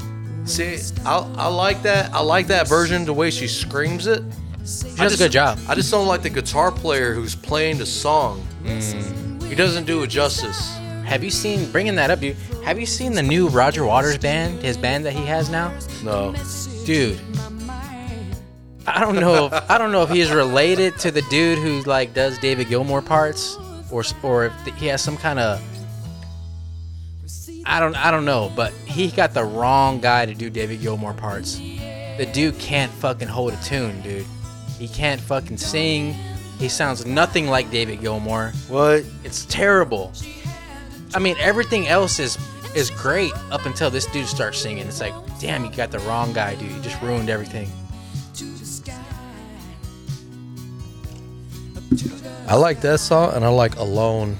Speaker 4: See, I, I like that. I like that version, the way she screams it.
Speaker 3: She does a good job.
Speaker 4: I just don't like the guitar player who's playing the song. He doesn't do it justice.
Speaker 3: Have you seen bringing that up? You have you seen the new Roger Waters band? His band that he has now,
Speaker 4: No.
Speaker 3: dude. I don't know. If, I don't know if he's related to the dude who like does David Gilmour parts, or s- or if th- he has some kind of. I don't. I don't know, but he got the wrong guy to do David Gilmour parts. The dude can't fucking hold a tune, dude. He can't fucking sing. He sounds nothing like David Gilmour.
Speaker 4: What?
Speaker 3: It's terrible. I mean, everything else is is great up until this dude starts singing. It's like, damn, you got the wrong guy, dude. You just ruined everything.
Speaker 4: I like that song and I like Alone.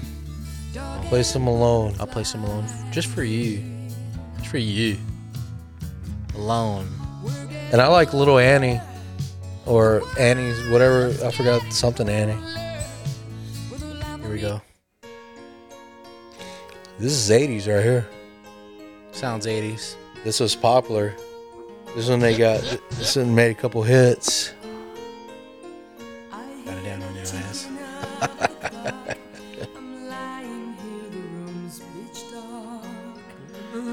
Speaker 4: Play some Alone.
Speaker 3: I'll play some alone just for you. Just for you. Alone.
Speaker 4: And I like Little Annie or Annie's whatever. I forgot something Annie.
Speaker 3: Here we go.
Speaker 4: This is 80s right here.
Speaker 3: Sounds 80s.
Speaker 4: This was popular. This one they got. This one made a couple hits.
Speaker 3: Got it down on your ass.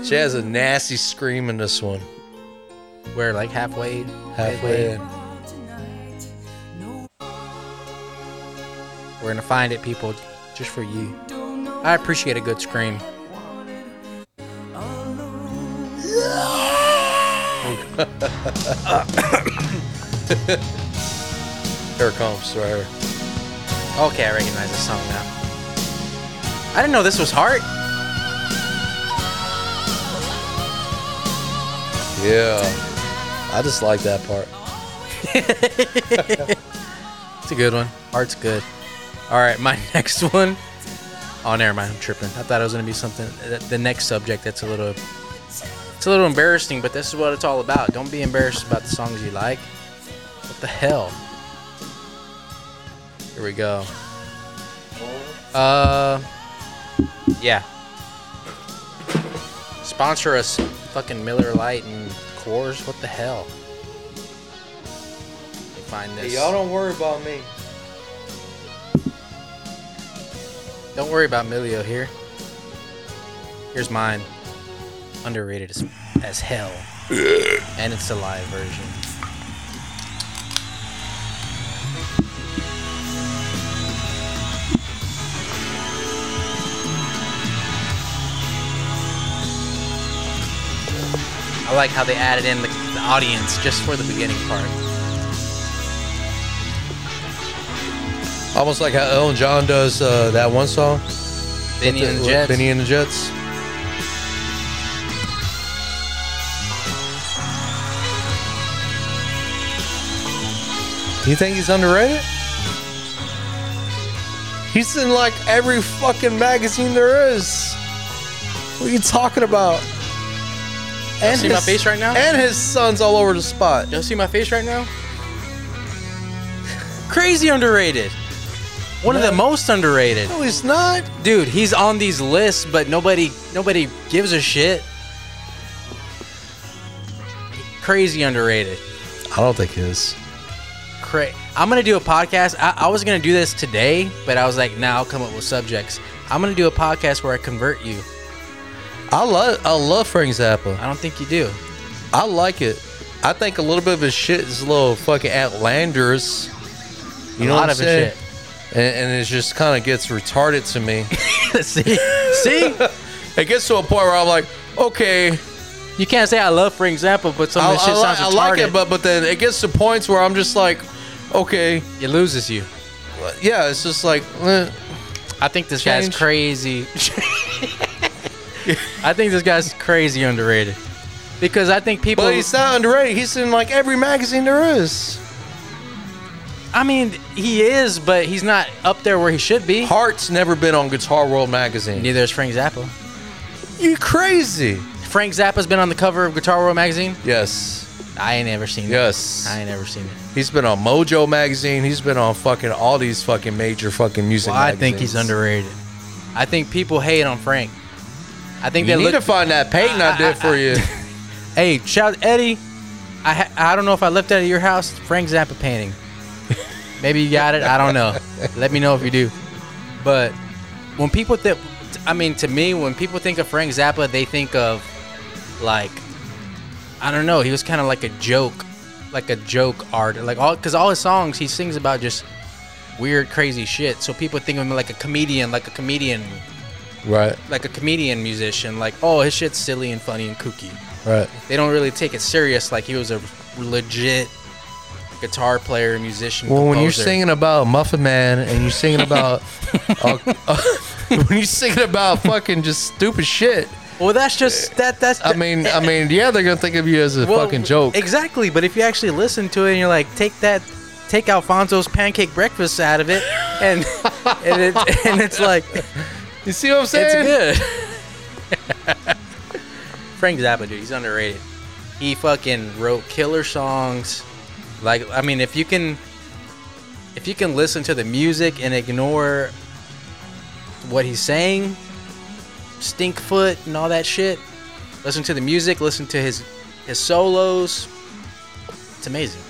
Speaker 4: She has a nasty scream in this one.
Speaker 3: We're like halfway.
Speaker 4: Halfway in.
Speaker 3: We're gonna find it, people, just for you. I appreciate a good scream.
Speaker 4: Here it comes right here.
Speaker 3: Okay, I recognize this song now. I didn't know this was Heart.
Speaker 4: Yeah. I just like that part.
Speaker 3: It's a good one. Heart's good. All right, my next one. Oh, never mind. I'm tripping. I thought it was gonna be something. th- The next subject that's a little, it's a little embarrassing, but this is what it's all about. Don't be embarrassed about the songs you like. What the hell? Here we go. Uh, yeah. Sponsor us, fucking Miller Lite and Coors. What the hell? Let me Find this.
Speaker 4: don't worry about me.
Speaker 3: Don't worry about Milio here. Here's mine. Underrated as, as hell. and it's the live version. I like how they added in the, the audience just for the beginning part.
Speaker 4: Almost like how Elton John does uh, that one song.
Speaker 3: Benny and the Jets.
Speaker 4: Benny and the Jets. You think he's underrated? He's in like every fucking magazine there is. What are you talking about?
Speaker 3: see my face right now?
Speaker 4: And his son's all over the spot.
Speaker 3: Y'all see my face right now? Crazy underrated. One of the most underrated.
Speaker 4: No, he's not.
Speaker 3: Dude, he's on these lists, but nobody nobody gives a shit. Crazy underrated.
Speaker 4: I don't think he is.
Speaker 3: Cra- I'm gonna do a podcast. I, I was gonna do this today, but I was like, nah, I'll come up with subjects. I'm gonna do a podcast where I convert you.
Speaker 4: I love I love Frank Zappa.
Speaker 3: I don't think you do.
Speaker 4: I like it. I think a little bit of his shit is a little fucking outlanderous. You
Speaker 3: A
Speaker 4: know
Speaker 3: lot
Speaker 4: what I'm
Speaker 3: of his
Speaker 4: saying? And, and it just kind of gets retarded to me.
Speaker 3: see, see,
Speaker 4: it gets to a point where I'm like, okay,
Speaker 3: you can't say I love, for example, but some
Speaker 4: I,
Speaker 3: of this
Speaker 4: I
Speaker 3: shit
Speaker 4: li-
Speaker 3: sounds
Speaker 4: I
Speaker 3: retarded.
Speaker 4: like it, but but then it gets to points where I'm just like, okay,
Speaker 3: it loses you.
Speaker 4: yeah, it's just like, eh.
Speaker 3: I think this
Speaker 4: Change.
Speaker 3: guy's crazy. I think this guy's crazy underrated because I think people.
Speaker 4: but he's not underrated. He's in like every magazine there is.
Speaker 3: I mean, he is, but he's not up there where he should be.
Speaker 4: Heart's never been on Guitar World magazine.
Speaker 3: Neither is Frank Zappa.
Speaker 4: You crazy?
Speaker 3: Frank Zappa's been on the cover of Guitar World magazine.
Speaker 4: Yes,
Speaker 3: I ain't ever seen it.
Speaker 4: yes.
Speaker 3: I ain't ever seen it.
Speaker 4: He's been on Mojo magazine. He's been on fucking all these fucking major fucking music.
Speaker 3: Well, I think
Speaker 4: magazines.
Speaker 3: he's underrated. I think people hate on Frank. I think
Speaker 4: You
Speaker 3: they
Speaker 4: need
Speaker 3: look.
Speaker 4: to find that painting I, did for you.
Speaker 3: hey, shout Eddie. I ha- I don't know if I left that at your house. Frank Zappa painting. Maybe you got it. I don't know. Let me know if you do. But when people think, I mean, to me, when people think of Frank Zappa, they think of like, I don't know. He was kind of like a joke like a joke art, like all because all his songs he sings about just weird, crazy shit. So people think of him like a comedian, like a comedian,
Speaker 4: Right.
Speaker 3: like a comedian musician. Like oh, his shit's silly and funny and kooky.
Speaker 4: Right.
Speaker 3: They don't really take it serious. Like he was a legit guitar player, musician.
Speaker 4: Well, when you're
Speaker 3: composer.
Speaker 4: singing about Muffin Man and you're singing about uh, uh, when you're singing about fucking just stupid shit,
Speaker 3: well, that's just that. That's
Speaker 4: I mean, I mean, yeah, they're gonna think of you as a
Speaker 3: Well,
Speaker 4: fucking joke.
Speaker 3: Exactly, but if you actually listen to it and you're like, take that, take Alfonso's pancake breakfast out of it, and and, it, and it's like
Speaker 4: You see what I'm saying?
Speaker 3: it's good. Frank Zappa, dude, he's underrated. He fucking wrote killer songs. Like, I mean, if you can, if you can listen to the music and ignore what he's saying, Stinkfoot and all that shit, listen to the music, listen to his his solos. It's amazing.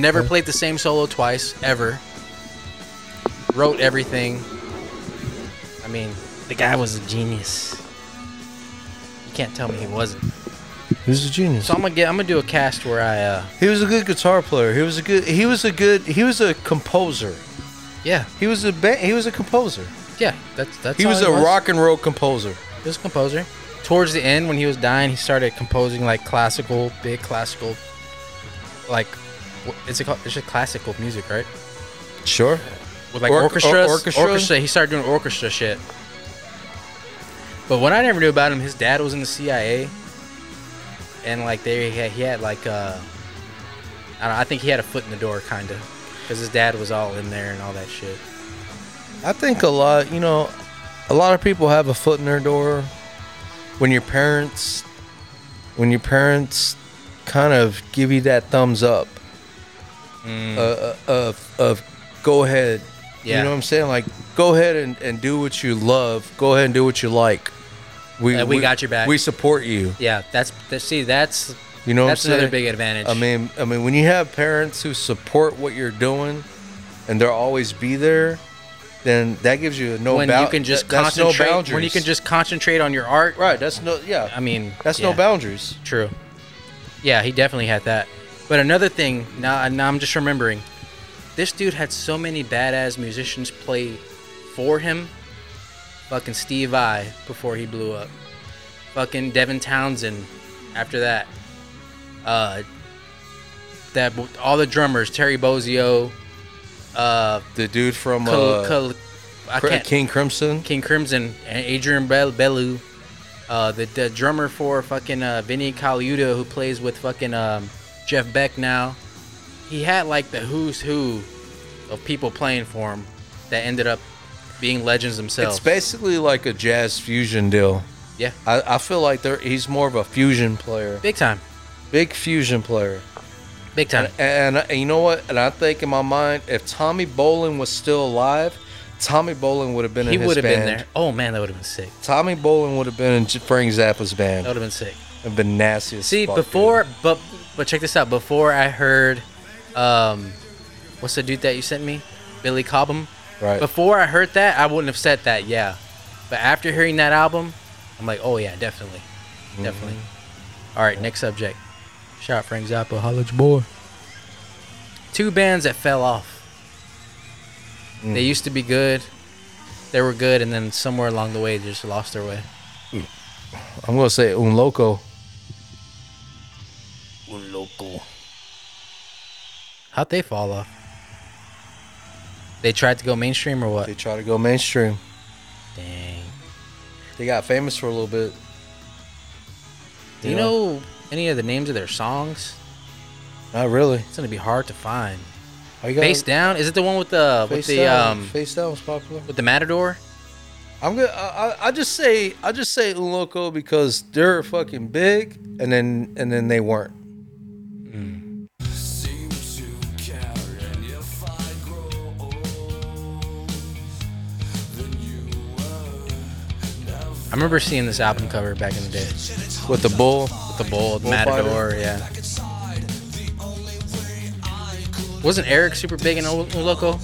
Speaker 3: Never played the same solo twice ever. Wrote everything. I mean, the guy was a genius. You can't tell me he wasn't.
Speaker 4: He was a genius.
Speaker 3: So I'm gonna get. I'm gonna do a cast where I. uh
Speaker 4: He was a good guitar player. He was a good. He was a good. He was a composer.
Speaker 3: Yeah,
Speaker 4: He was a ba- he was a composer.
Speaker 3: yeah. That's that's.
Speaker 4: He
Speaker 3: all
Speaker 4: was a rock and roll composer.
Speaker 3: He was a composer. Towards the end, when he was dying, he started composing like classical, big classical, like, wh- it's a it's just classical music, right?
Speaker 4: Sure.
Speaker 3: with like
Speaker 4: Orc-
Speaker 3: orchestras,
Speaker 4: or-
Speaker 3: orchestra.
Speaker 4: orchestra?
Speaker 3: He started doing orchestra shit. But what I never knew about him, his dad was in the CIA, and like they he had, he had like uh, I don't know, I think he had a foot in the door kind of, because his dad was all in there and all that shit.
Speaker 4: I think a lot. You know, a lot of people have a foot in their door when your parents, when your parents, kind of give you that thumbs up. Uh, uh, of of go ahead.
Speaker 3: Mm. Yeah.
Speaker 4: You know what I'm saying? Like go ahead and, and do what you love. Go ahead and do what you like.
Speaker 3: Uh, we got your back.
Speaker 4: We support you.
Speaker 3: Yeah, that's that, see that's
Speaker 4: You know, what I'm
Speaker 3: that's another
Speaker 4: saying?
Speaker 3: big advantage.
Speaker 4: I mean, I mean, when you have parents who support what you're doing, and they'll always be there, then that gives you no.
Speaker 3: when
Speaker 4: bou-
Speaker 3: you can just
Speaker 4: that- that's no
Speaker 3: concentrate when you
Speaker 4: boundaries.
Speaker 3: can just concentrate on your art.
Speaker 4: right. That's no. Yeah.
Speaker 3: I mean,
Speaker 4: that's
Speaker 3: yeah.
Speaker 4: no boundaries.
Speaker 3: True. Yeah, he definitely had that. But another thing, now, now I'm just remembering, this dude had so many badass musicians play for him. Fucking Steve I before he blew up. Fucking Devin Townsend after that. Uh, that all the drummers, Terry Bozzio, uh,
Speaker 4: The dude from
Speaker 3: Col-
Speaker 4: uh,
Speaker 3: Col- I
Speaker 4: Cri-
Speaker 3: can't
Speaker 4: King Crimson.
Speaker 3: King Crimson and Adrian Bel- Belu, uh, the, the drummer for fucking uh, Vinny Caliuta, who plays with fucking um, Jeff Beck now. He had like the who's who of people playing for him that ended up being legends themselves.
Speaker 4: It's basically like a jazz fusion deal.
Speaker 3: yeah,
Speaker 4: I, I feel like there he's more of a fusion player,
Speaker 3: big time,
Speaker 4: big fusion player.
Speaker 3: big time.
Speaker 4: And, and you know what? And I think in my mind, if Tommy Bolin was still alive, Tommy Bolin would have been
Speaker 3: He
Speaker 4: in his
Speaker 3: would have been
Speaker 4: band.
Speaker 3: there. Oh man, that would have been sick.
Speaker 4: Tommy Bolin would have been in J- Frank Zappa's
Speaker 3: That
Speaker 4: band.
Speaker 3: would have been sick.
Speaker 4: Have been nasty as
Speaker 3: See,
Speaker 4: fuck,
Speaker 3: before,
Speaker 4: dude.
Speaker 3: but but check this out. Before I heard, um, what's the dude that you sent me, Billy Cobham?
Speaker 4: right?
Speaker 3: Before I heard that, I wouldn't have said that, yeah. But after hearing that album, I'm like, oh yeah, definitely,
Speaker 4: Mm-hmm.
Speaker 3: definitely. All right, next subject. Shout out Frank Zappa, Hollage boy. Two bands that fell off.
Speaker 4: Mm.
Speaker 3: They used to be good. They were good, and then somewhere along the way, they just lost their way.
Speaker 4: I'm gonna say Un Loco.
Speaker 3: How'd they fall off? They tried to go mainstream or what?
Speaker 4: They try to go mainstream.
Speaker 3: Dang.
Speaker 4: They got famous for a little bit.
Speaker 3: Do you
Speaker 4: Yeah.
Speaker 3: know any of the names of their songs?
Speaker 4: Not really.
Speaker 3: It's gonna be hard to find.
Speaker 4: I got
Speaker 3: Face down? Is it the one with the with
Speaker 4: Face
Speaker 3: the
Speaker 4: down.
Speaker 3: um
Speaker 4: face down was popular.
Speaker 3: with the matador?
Speaker 4: I'm gonna. I, I- I just say. I just say Un Loco because they're fucking big, and then and then they weren't.
Speaker 1: seems to care. And if I grow old, then you were
Speaker 3: I remember seeing this album cover back in the day. With
Speaker 4: With the bull,
Speaker 3: the bull, the
Speaker 4: Bullfighter.
Speaker 3: matador, yeah. Wasn't Eric super big in Ol- Loco?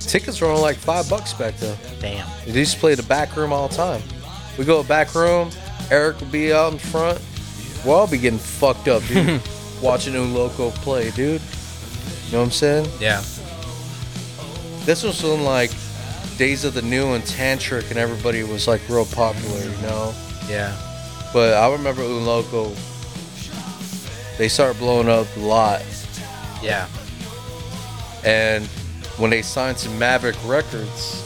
Speaker 4: tickets were only like five bucks back then.
Speaker 3: Damn.
Speaker 4: They used to play the back room all the time. We go back room. Eric would be out in front. We'll all be getting fucked up, dude. watching Un Loco play, dude. You know what I'm saying?
Speaker 3: Yeah.
Speaker 4: This was when like Days of the New and Tantric and everybody was like real popular, you know?
Speaker 3: Yeah.
Speaker 4: But I remember Un Loco, they started blowing up a lot.
Speaker 3: Yeah.
Speaker 4: And when they signed to Maverick Records,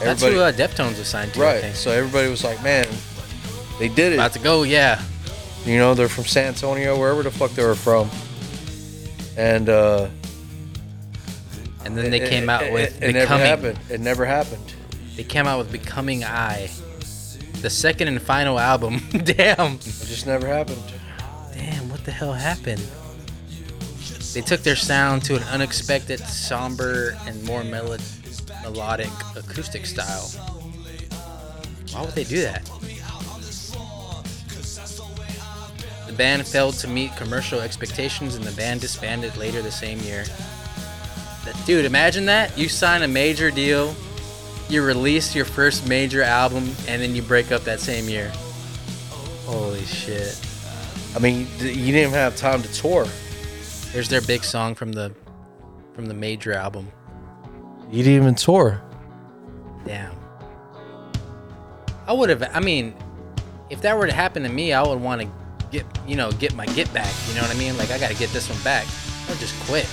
Speaker 3: That's who uh, Deftones was signed to. I
Speaker 4: right.
Speaker 3: think.
Speaker 4: So everybody was like, man, they did
Speaker 3: About
Speaker 4: it.
Speaker 3: to go. Yeah.
Speaker 4: You know, they're from San Antonio, wherever the fuck they were from. And uh,
Speaker 3: And then they
Speaker 4: it-
Speaker 3: came out
Speaker 4: it-
Speaker 3: with
Speaker 4: it, it never
Speaker 3: becoming.
Speaker 4: happened. It never happened.
Speaker 3: They came out with becoming I, the second and final album. Damn.
Speaker 4: It just never happened.
Speaker 3: Damn. What the hell happened? They took their sound to an unexpected, somber, and more melo- melodic acoustic style. Why would they do that? The band failed to meet commercial expectations and the band disbanded later the same year. That- Dude, imagine that. You sign a major deal, you release your first major album, and then you break up that same year. Holy shit.
Speaker 4: I mean, th- you didn't even have time to tour.
Speaker 3: Here's their big song from the from the major album.
Speaker 4: You didn't even tour.
Speaker 3: Damn. I would have. I mean, if that were to happen to me, I would want to get you know get my get back. You know what I mean? Like I got to get this one back. I would just quit.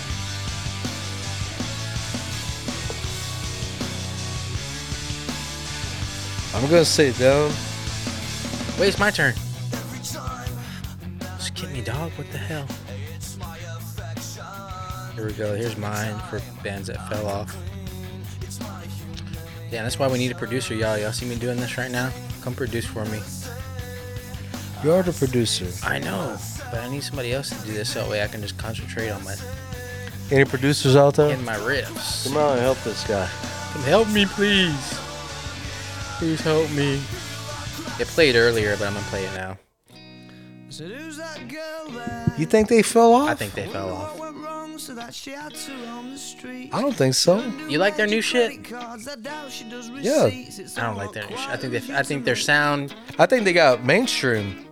Speaker 4: I'm gonna sit down.
Speaker 3: Wait, it's my turn. Just get me, dog. What the hell? Here we go. Here's mine for bands that fell off. Yeah, that's why we need a producer, y'all. Y'all see me doing this right now? Come produce for me.
Speaker 4: You are the producer.
Speaker 3: I know, but I need somebody else to do this so that way I can just concentrate on my
Speaker 4: Any producers out there?
Speaker 3: in my riffs.
Speaker 4: Come out and help this guy.
Speaker 3: Come help me, please. Please help me. It played earlier, but I'm gonna play it now.
Speaker 7: Said, who's that girl there?
Speaker 4: You think they fell off?
Speaker 3: I think they fell
Speaker 7: What
Speaker 3: off.
Speaker 7: went wrong so that she had to roam the street?
Speaker 4: I don't think so.
Speaker 3: You like their new shit?
Speaker 7: Cards, I doubt she does
Speaker 4: Yeah.
Speaker 7: receipts. It's
Speaker 3: I don't
Speaker 7: all
Speaker 3: like their new shit. I
Speaker 7: quite
Speaker 3: think they, I think their sound,
Speaker 4: I think they got mainstream.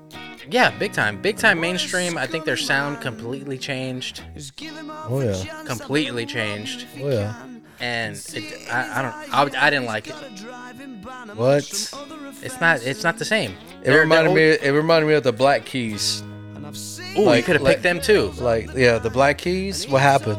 Speaker 3: yeah, big time, big time mainstream. I think their sound completely changed,
Speaker 7: Just give him half
Speaker 4: Oh,
Speaker 7: a
Speaker 4: yeah.
Speaker 7: chance,
Speaker 3: completely changed,
Speaker 7: if he
Speaker 4: Oh yeah.
Speaker 7: can.
Speaker 3: and it, I, I don't, I, would- I didn't like it.
Speaker 7: Got a driving ban amongst
Speaker 4: What?
Speaker 7: some other
Speaker 3: It's not, it's not the same.
Speaker 4: It reminded me. It reminded me of the Black Keys.
Speaker 3: Oh,
Speaker 4: like-
Speaker 3: you could have
Speaker 4: like-
Speaker 3: picked them too.
Speaker 4: Like, yeah, the Black Keys. What happened?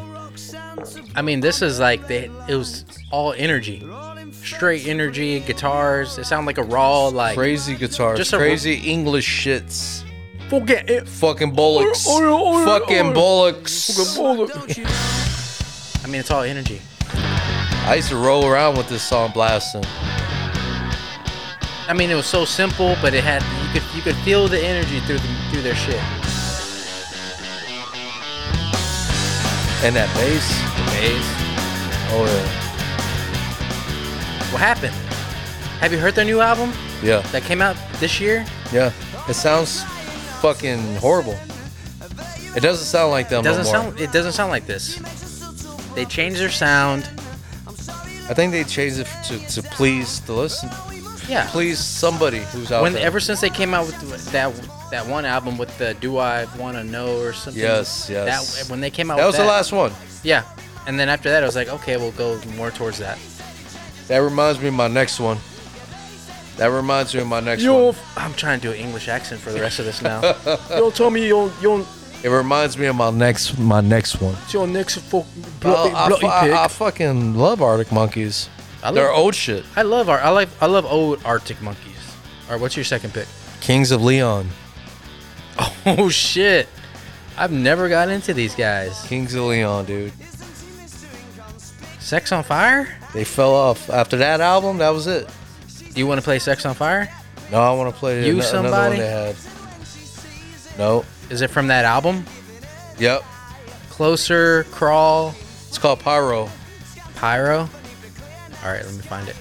Speaker 3: I mean, this is like they, it was all energy, straight energy, guitars. It sounded like a raw, like
Speaker 4: Crazy guitars.
Speaker 3: Just a-
Speaker 4: crazy English shits.
Speaker 3: forget it.
Speaker 4: Fucking bullocks.
Speaker 5: Oh, yeah, oh, yeah, oh,
Speaker 4: Fucking
Speaker 5: yeah.
Speaker 4: bullocks.
Speaker 3: I mean, it's all energy.
Speaker 4: I used to roll around with this song blasting.
Speaker 3: I mean, it was so simple, but it had you could you could feel the energy through the, through their shit.
Speaker 4: And that bass.
Speaker 3: The bass.
Speaker 4: Oh yeah.
Speaker 3: What happened? Have you heard their new album
Speaker 4: Yeah.
Speaker 3: that came out this year?
Speaker 4: Yeah, it sounds fucking horrible. It doesn't sound like them
Speaker 3: It doesn't
Speaker 4: no more.
Speaker 3: sound it doesn't sound like this. They changed their sound.
Speaker 4: I think they changed it to, to please the listen,
Speaker 3: Yeah.
Speaker 4: please somebody who's out
Speaker 3: When
Speaker 4: there.
Speaker 3: ever since they came out with that that one album with the Do I Wanna Know or something.
Speaker 4: Yes, yes.
Speaker 3: That when they came out.
Speaker 4: that was
Speaker 3: with
Speaker 4: the last one.
Speaker 3: Yeah. And then after that, I was like, okay, we'll go more towards that.
Speaker 4: That reminds me of my next one. That reminds me of my next one.
Speaker 3: I'm trying to do an English accent for the rest of this now.
Speaker 5: Don't tell me you don't.
Speaker 4: It reminds me of my next my next one.
Speaker 5: Your next fuck
Speaker 4: Well, I, fu- I, I fucking love Arctic Monkeys.
Speaker 3: I
Speaker 4: They're
Speaker 3: love-
Speaker 4: old shit.
Speaker 3: I love our I like I love old Arctic monkeys. All right, what's your second pick?
Speaker 4: Kings of Leon.
Speaker 3: Oh shit! I've never got into these guys.
Speaker 4: Kings of Leon, dude.
Speaker 3: Sex on Fire?
Speaker 4: They fell off after that album. That was it.
Speaker 3: Do you want to play Sex on Fire?
Speaker 4: No, I want to play
Speaker 3: You
Speaker 4: ano- another
Speaker 3: somebody?
Speaker 4: one they had. No.
Speaker 3: Is it from that album?
Speaker 4: Yep.
Speaker 3: Closer, Crawl,
Speaker 4: It's called Pyro.
Speaker 3: Pyro. All right, let me find it.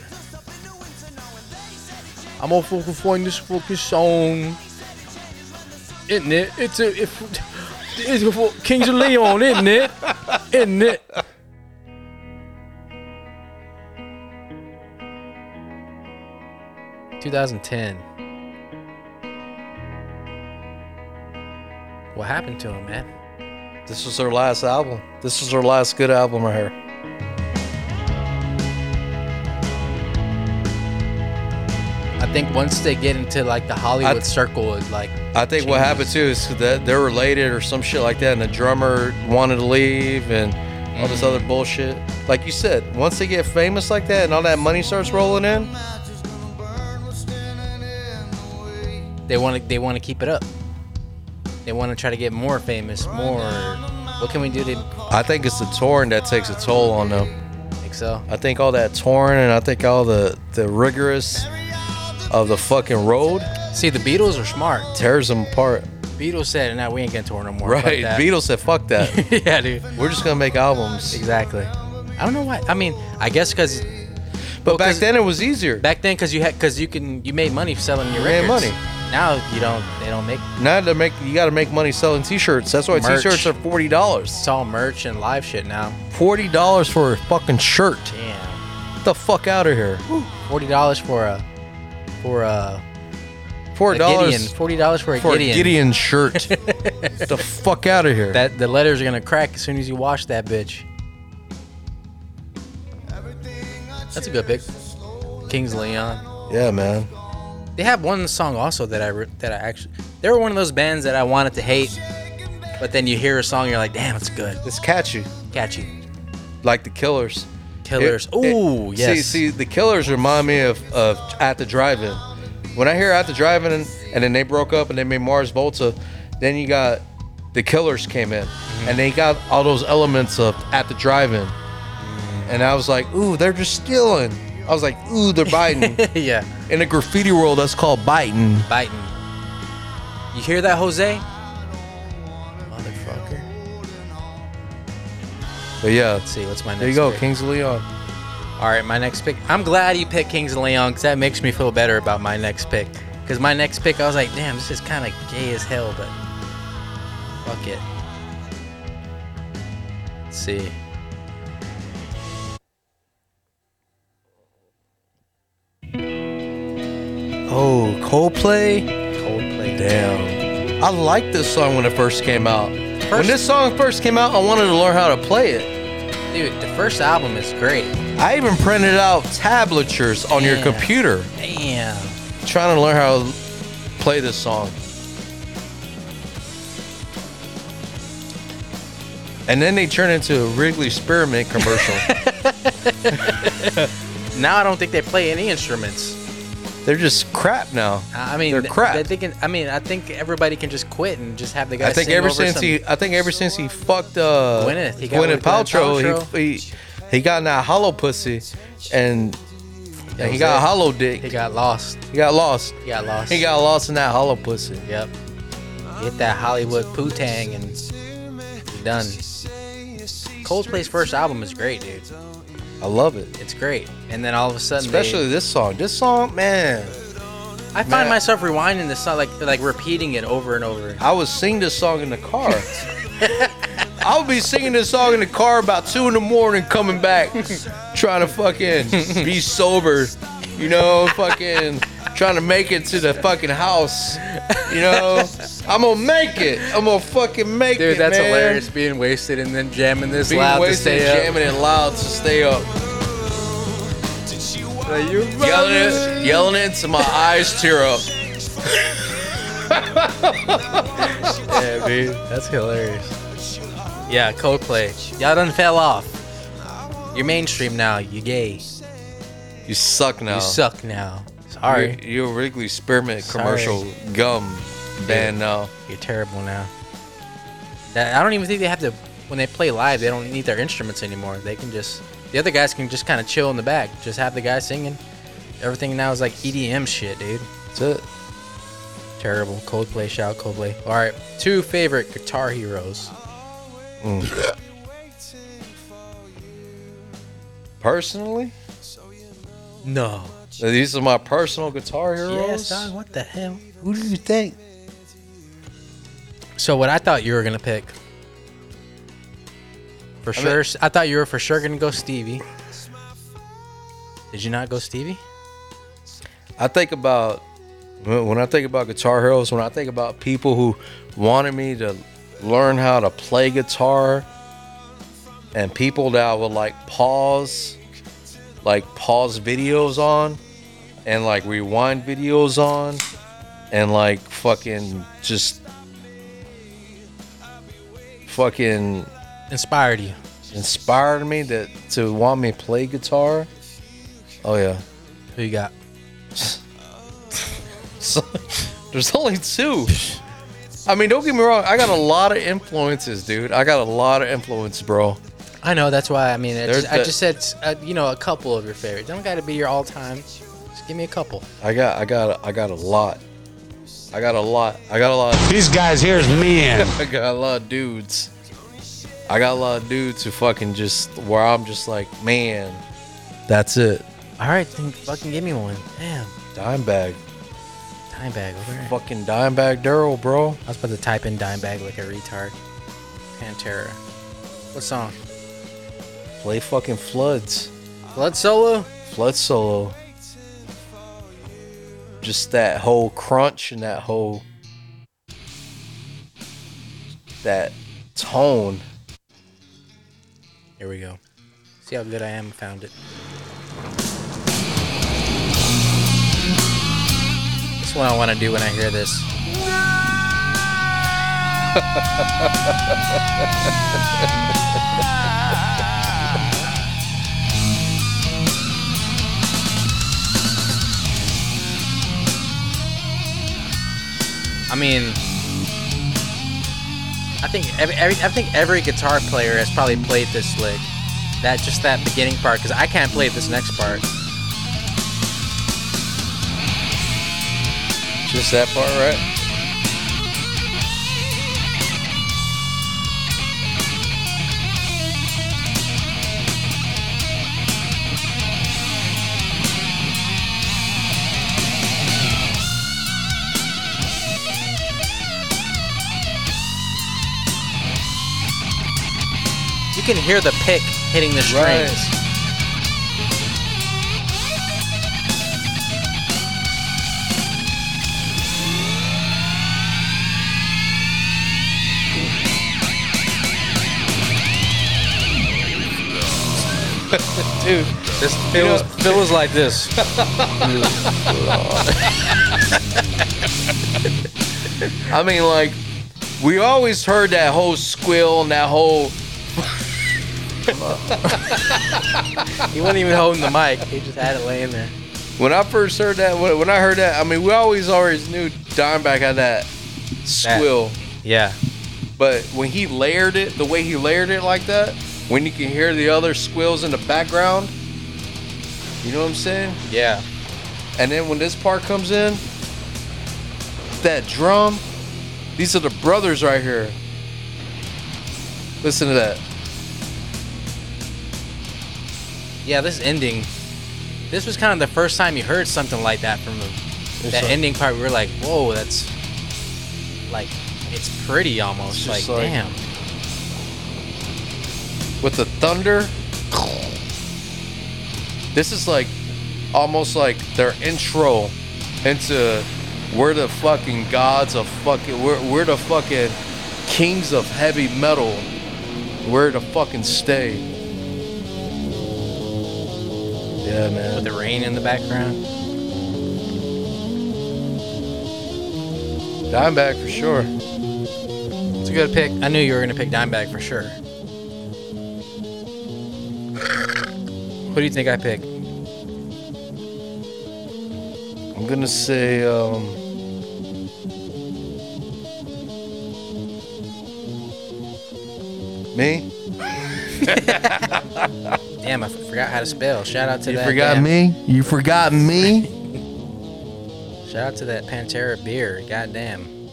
Speaker 5: I'm all fucking find this fucking song. Isn't it? It's a. It, it's before Kings of Leon, isn't it? Isn't it? All
Speaker 3: 2010. What happened to him, man?
Speaker 4: This was her last album. This was her last good album right here.
Speaker 3: I think once they get into like the Hollywood circle, it like
Speaker 4: I think what happened too is that they're related or some shit like that, and the drummer wanted to leave and all this other bullshit. Like you said, once they get famous like that and all that money starts rolling in,
Speaker 3: they want to they want to keep it up. They want to try to get more famous, more. What can we do to
Speaker 4: I think it's the touring that takes a toll on them.
Speaker 3: think so?
Speaker 4: I think all that touring and I think all the the rigorous of the fucking road
Speaker 3: See, the Beatles are smart.
Speaker 4: tears them apart.
Speaker 3: Beatles said, "Nah, we ain't gonna tour no more." Fuck
Speaker 4: Right?
Speaker 3: that."
Speaker 4: Beatles said, "Fuck that.
Speaker 3: yeah, dude.
Speaker 4: We're just gonna make albums."
Speaker 3: Exactly. I don't know why. I mean, I guess because
Speaker 4: But back
Speaker 3: 'cause-
Speaker 4: then it was easier.
Speaker 3: back then, because you had, because you can, you made money selling your
Speaker 4: Made
Speaker 3: records.
Speaker 4: money.
Speaker 3: Now you don't. They don't make.
Speaker 4: Now to make you got to make money selling T-shirts. That's why
Speaker 3: Merch.
Speaker 4: T-shirts are forty dollars.
Speaker 3: It's all merch and live shit now.
Speaker 4: Forty dollars for a fucking shirt.
Speaker 3: Damn.
Speaker 4: Get the fuck out of here.
Speaker 3: Forty dollars for a, for a,
Speaker 4: Four
Speaker 3: a Gideon.
Speaker 4: dollars
Speaker 3: Forty dollars for a
Speaker 4: for
Speaker 3: Gideon.
Speaker 4: a Gideon shirt. Get the fuck out of here.
Speaker 3: That the letters are gonna crack as soon as you wash that bitch. That's a good pick. Kings Leon.
Speaker 4: yeah, man.
Speaker 3: They have one song also that I re- that I actually. They were one of those bands that I wanted to hate, but then you hear a song, you're like, damn, it's good,
Speaker 4: It's catchy,
Speaker 3: catchy.
Speaker 4: like the Killers.
Speaker 3: Killers.
Speaker 4: It- it-
Speaker 3: Ooh, yes.
Speaker 4: See, see, the Killers remind me of, of At the Drive-In. When I hear At the Drive-In, and, and then they broke up and they made Mars Volta, then you got the Killers came in, and they got all those elements of At the Drive-In, and I was like, ooh, they're just stealing. I was like, ooh, they're biting.
Speaker 3: yeah,
Speaker 4: in the graffiti world, that's called biting.
Speaker 3: biting. You hear that, Jose? Motherfucker.
Speaker 4: But yeah,
Speaker 3: Let's see, what's my next?
Speaker 4: there you go,
Speaker 3: pick?
Speaker 4: Kings of Leon.
Speaker 3: All right, my next pick. I'm glad you picked Kings and Leon because that makes me feel better about my next pick. Because my next pick, I was like, damn, this is kind of gay as hell, but fuck it. Let's see.
Speaker 4: Oh, Coldplay.
Speaker 3: Coldplay.
Speaker 4: Damn. I liked this song when it first came out. when
Speaker 3: First-
Speaker 4: this song first came out, I wanted to learn how to play it.
Speaker 3: Dude, the first album is great.
Speaker 4: I even printed out tablatures on your
Speaker 3: Yeah.
Speaker 4: computer
Speaker 3: Damn.
Speaker 4: trying to learn how to play this song. And then they turn into a Wrigley Spearmint commercial.
Speaker 3: Now I don't think they play any instruments.
Speaker 4: They're just crap now.
Speaker 3: I I mean,
Speaker 4: they're
Speaker 3: th-
Speaker 4: crap.
Speaker 3: They can, I mean, I think everybody can just quit and just have the guy.
Speaker 4: I think
Speaker 3: sing
Speaker 4: ever
Speaker 3: over
Speaker 4: since
Speaker 3: some-
Speaker 4: he, I think ever since he fucked uh,
Speaker 3: Gwyneth, he got with Gwyneth
Speaker 4: Paltrow,
Speaker 3: Paltrow.
Speaker 4: He, he he got in that hollow pussy, and, and he
Speaker 3: was
Speaker 4: got
Speaker 3: it.
Speaker 4: a hollow dick.
Speaker 3: he got lost.
Speaker 4: He got lost.
Speaker 3: He got lost.
Speaker 4: He got lost in that hollow pussy.
Speaker 3: Yep. Get that Hollywood poo-tang and you're done. Coldplay's first album is great, dude.
Speaker 4: I love it.
Speaker 3: It's great. And then all of a sudden, they-
Speaker 4: Especially this song. This song, man.
Speaker 3: I find
Speaker 4: man.
Speaker 3: myself rewinding this song, like like repeating it over and over.
Speaker 4: I was singing this song in the car. I would be singing this song in the car about two in the morning, coming back, trying to fucking be sober, you know, fucking trying to make it to the fucking house, you know. I'm gonna make it. I'm gonna fucking make it,
Speaker 3: Dude, that's
Speaker 4: man.
Speaker 3: hilarious. Being wasted and then jamming this
Speaker 4: Being
Speaker 3: loud
Speaker 4: wasted,
Speaker 3: to stay
Speaker 4: jamming it loud to stay up,
Speaker 3: up. Like, you
Speaker 4: yelling, it, yelling it till my eyes tear up.
Speaker 3: Yeah, dude, that's hilarious. Yeah, Coldplay. Y'all done fell off. You're mainstream now. You gay. You
Speaker 4: You suck now.
Speaker 3: suck now. Sorry.
Speaker 4: You're, you're a Wrigley Spearmint
Speaker 3: Sorry.
Speaker 4: commercial gum band now.
Speaker 3: You're terrible now. That, I don't even think they have to. When they play live, they don't need their instruments anymore. They can just the other guys can just kind of chill in the back. Just have the guy singing. Everything now is like EDM shit, dude.
Speaker 4: That's it.
Speaker 3: Terrible. Coldplay, shout Coldplay. All right, two favorite guitar heroes.
Speaker 4: Personally,
Speaker 3: No.
Speaker 4: these are my personal guitar heroes.
Speaker 3: Yes, dog. What the hell? Who do you think? So what I thought you were gonna pick. For
Speaker 4: I mean-
Speaker 3: sure, I thought you were for sure gonna go Stevie. Did you not go Stevie?
Speaker 4: I think about When when I think about guitar heroes, when I think about people who wanted me to learn how to play guitar, and people that I would like pause, like pause videos on, and like rewind videos on, and like fucking just fucking
Speaker 3: Inspired you.
Speaker 4: inspired me that to want me to play guitar. Oh yeah.
Speaker 3: Who you got?
Speaker 4: So, there's only two. I mean, don't get me wrong. I got a lot of influences, dude. I got a lot of influence, bro.
Speaker 3: I know. That's why. I mean, I
Speaker 4: There's
Speaker 3: just, I
Speaker 4: the-
Speaker 3: just said uh, you know a couple of your favorites. Don't got to be your all time. Just give me a couple.
Speaker 4: I got, I got, I got a lot. I got a lot. I got a lot. These guys here's men. I got a lot of dudes. I got a lot of dudes who fucking just where I'm just like, man, that's it.
Speaker 3: All right, then fucking give me one. Damn,
Speaker 4: Dimebag,
Speaker 3: dime bag over there.
Speaker 4: fucking Dimebag Daryl, bro.
Speaker 3: I was about to type in dime bag like a retard. Pantera. What song?
Speaker 4: Play fucking floods.
Speaker 3: Blood solo.
Speaker 4: Flood solo. Just that whole crunch and that whole that tone.
Speaker 3: Here we go. See how good I am. Found it. That's what I want to do when I hear this. I mean, I think every, every I think every guitar player has probably played this lick. That just that beginning part because I can't play this next part.
Speaker 4: Just that part, right?
Speaker 3: You can hear the pick hitting the strings.
Speaker 4: Right. Dude, this
Speaker 3: It
Speaker 4: you know-
Speaker 3: was, it was like this.
Speaker 4: I mean, like, we always heard that whole squill and that whole
Speaker 3: He wasn't even holding the mic. He just had it laying there.
Speaker 4: When I first heard that, when when I heard that, I mean, we always always knew Dimebag had that squill,
Speaker 3: Yeah.
Speaker 4: but when he layered it, the way he layered it like that, when you can hear the other squills in the background, you know what I'm saying?
Speaker 3: Yeah.
Speaker 4: And then when this part comes in, that drum, these are the brothers right here. Listen to that.
Speaker 3: Yeah, this ending. This was kind of the first time you heard something like that from him. That
Speaker 4: like-
Speaker 3: ending part, we were like, whoa, that's like, it's pretty almost.
Speaker 4: It's just
Speaker 3: like,
Speaker 4: like-
Speaker 3: damn.
Speaker 4: with the thunder. This is like almost like their intro into we're the fucking gods of fucking we're, we're the fucking kings of heavy metal. We're to fucking stay. Yeah,
Speaker 3: With
Speaker 4: man.
Speaker 3: the rain in the background.
Speaker 4: Dimebag for sure.
Speaker 3: It's a good pick. I knew you were going to pick Dimebag for sure. Who do you think I picked?
Speaker 4: I'm gonna say um me?
Speaker 3: Damn, I f- forgot how to spell. Shout out to
Speaker 4: You
Speaker 3: that.
Speaker 4: forgot
Speaker 3: damn-
Speaker 4: me? You forgot me?
Speaker 3: Shout out to that Pantera beer. Goddamn.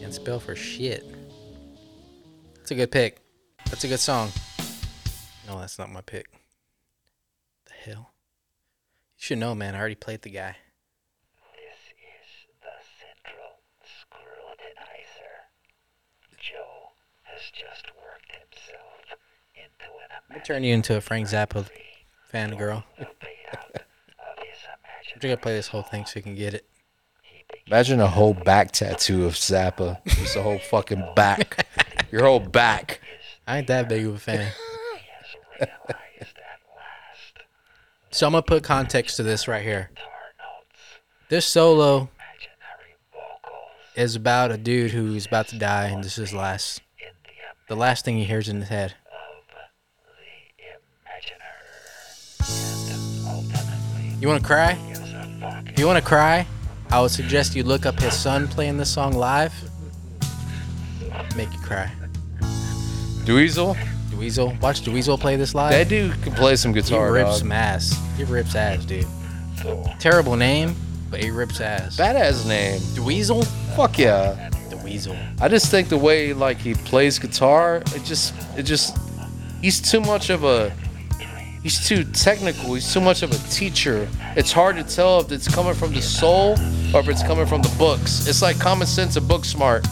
Speaker 3: Can't spell for shit. That's a good pick. That's a good song. No, that's not my pick. The hell? You should know, man. I already played the guy. I'll turn you into a Frank Zappa fangirl. We're gonna play this whole thing so you can get it.
Speaker 4: Imagine a whole back tattoo of Zappa. Just a whole fucking back. Your whole back.
Speaker 3: I ain't that big of a fan. so I'm gonna put context to this right here. This solo is about a dude who's about to die, and this is last. The last thing he hears in his head. You wanna cry? If you wanna cry, I would suggest you look up his son playing this song live. Make you cry.
Speaker 4: Dweezil?
Speaker 3: Dweezil, watch Dweezil play this live.
Speaker 4: That dude can play some
Speaker 3: He
Speaker 4: guitar.
Speaker 3: rips
Speaker 4: Dog.
Speaker 3: some ass. He rips ass, dude. Terrible name, but he rips ass.
Speaker 4: Badass name.
Speaker 3: Dweezil?
Speaker 4: Fuck yeah.
Speaker 3: Dweezil.
Speaker 4: I just think the way like he plays guitar, it just it just he's too much of a he's too technical, he's too much of a teacher. It's hard to tell if it's coming from the soul or if it's coming from the books. It's like common sense and book smart.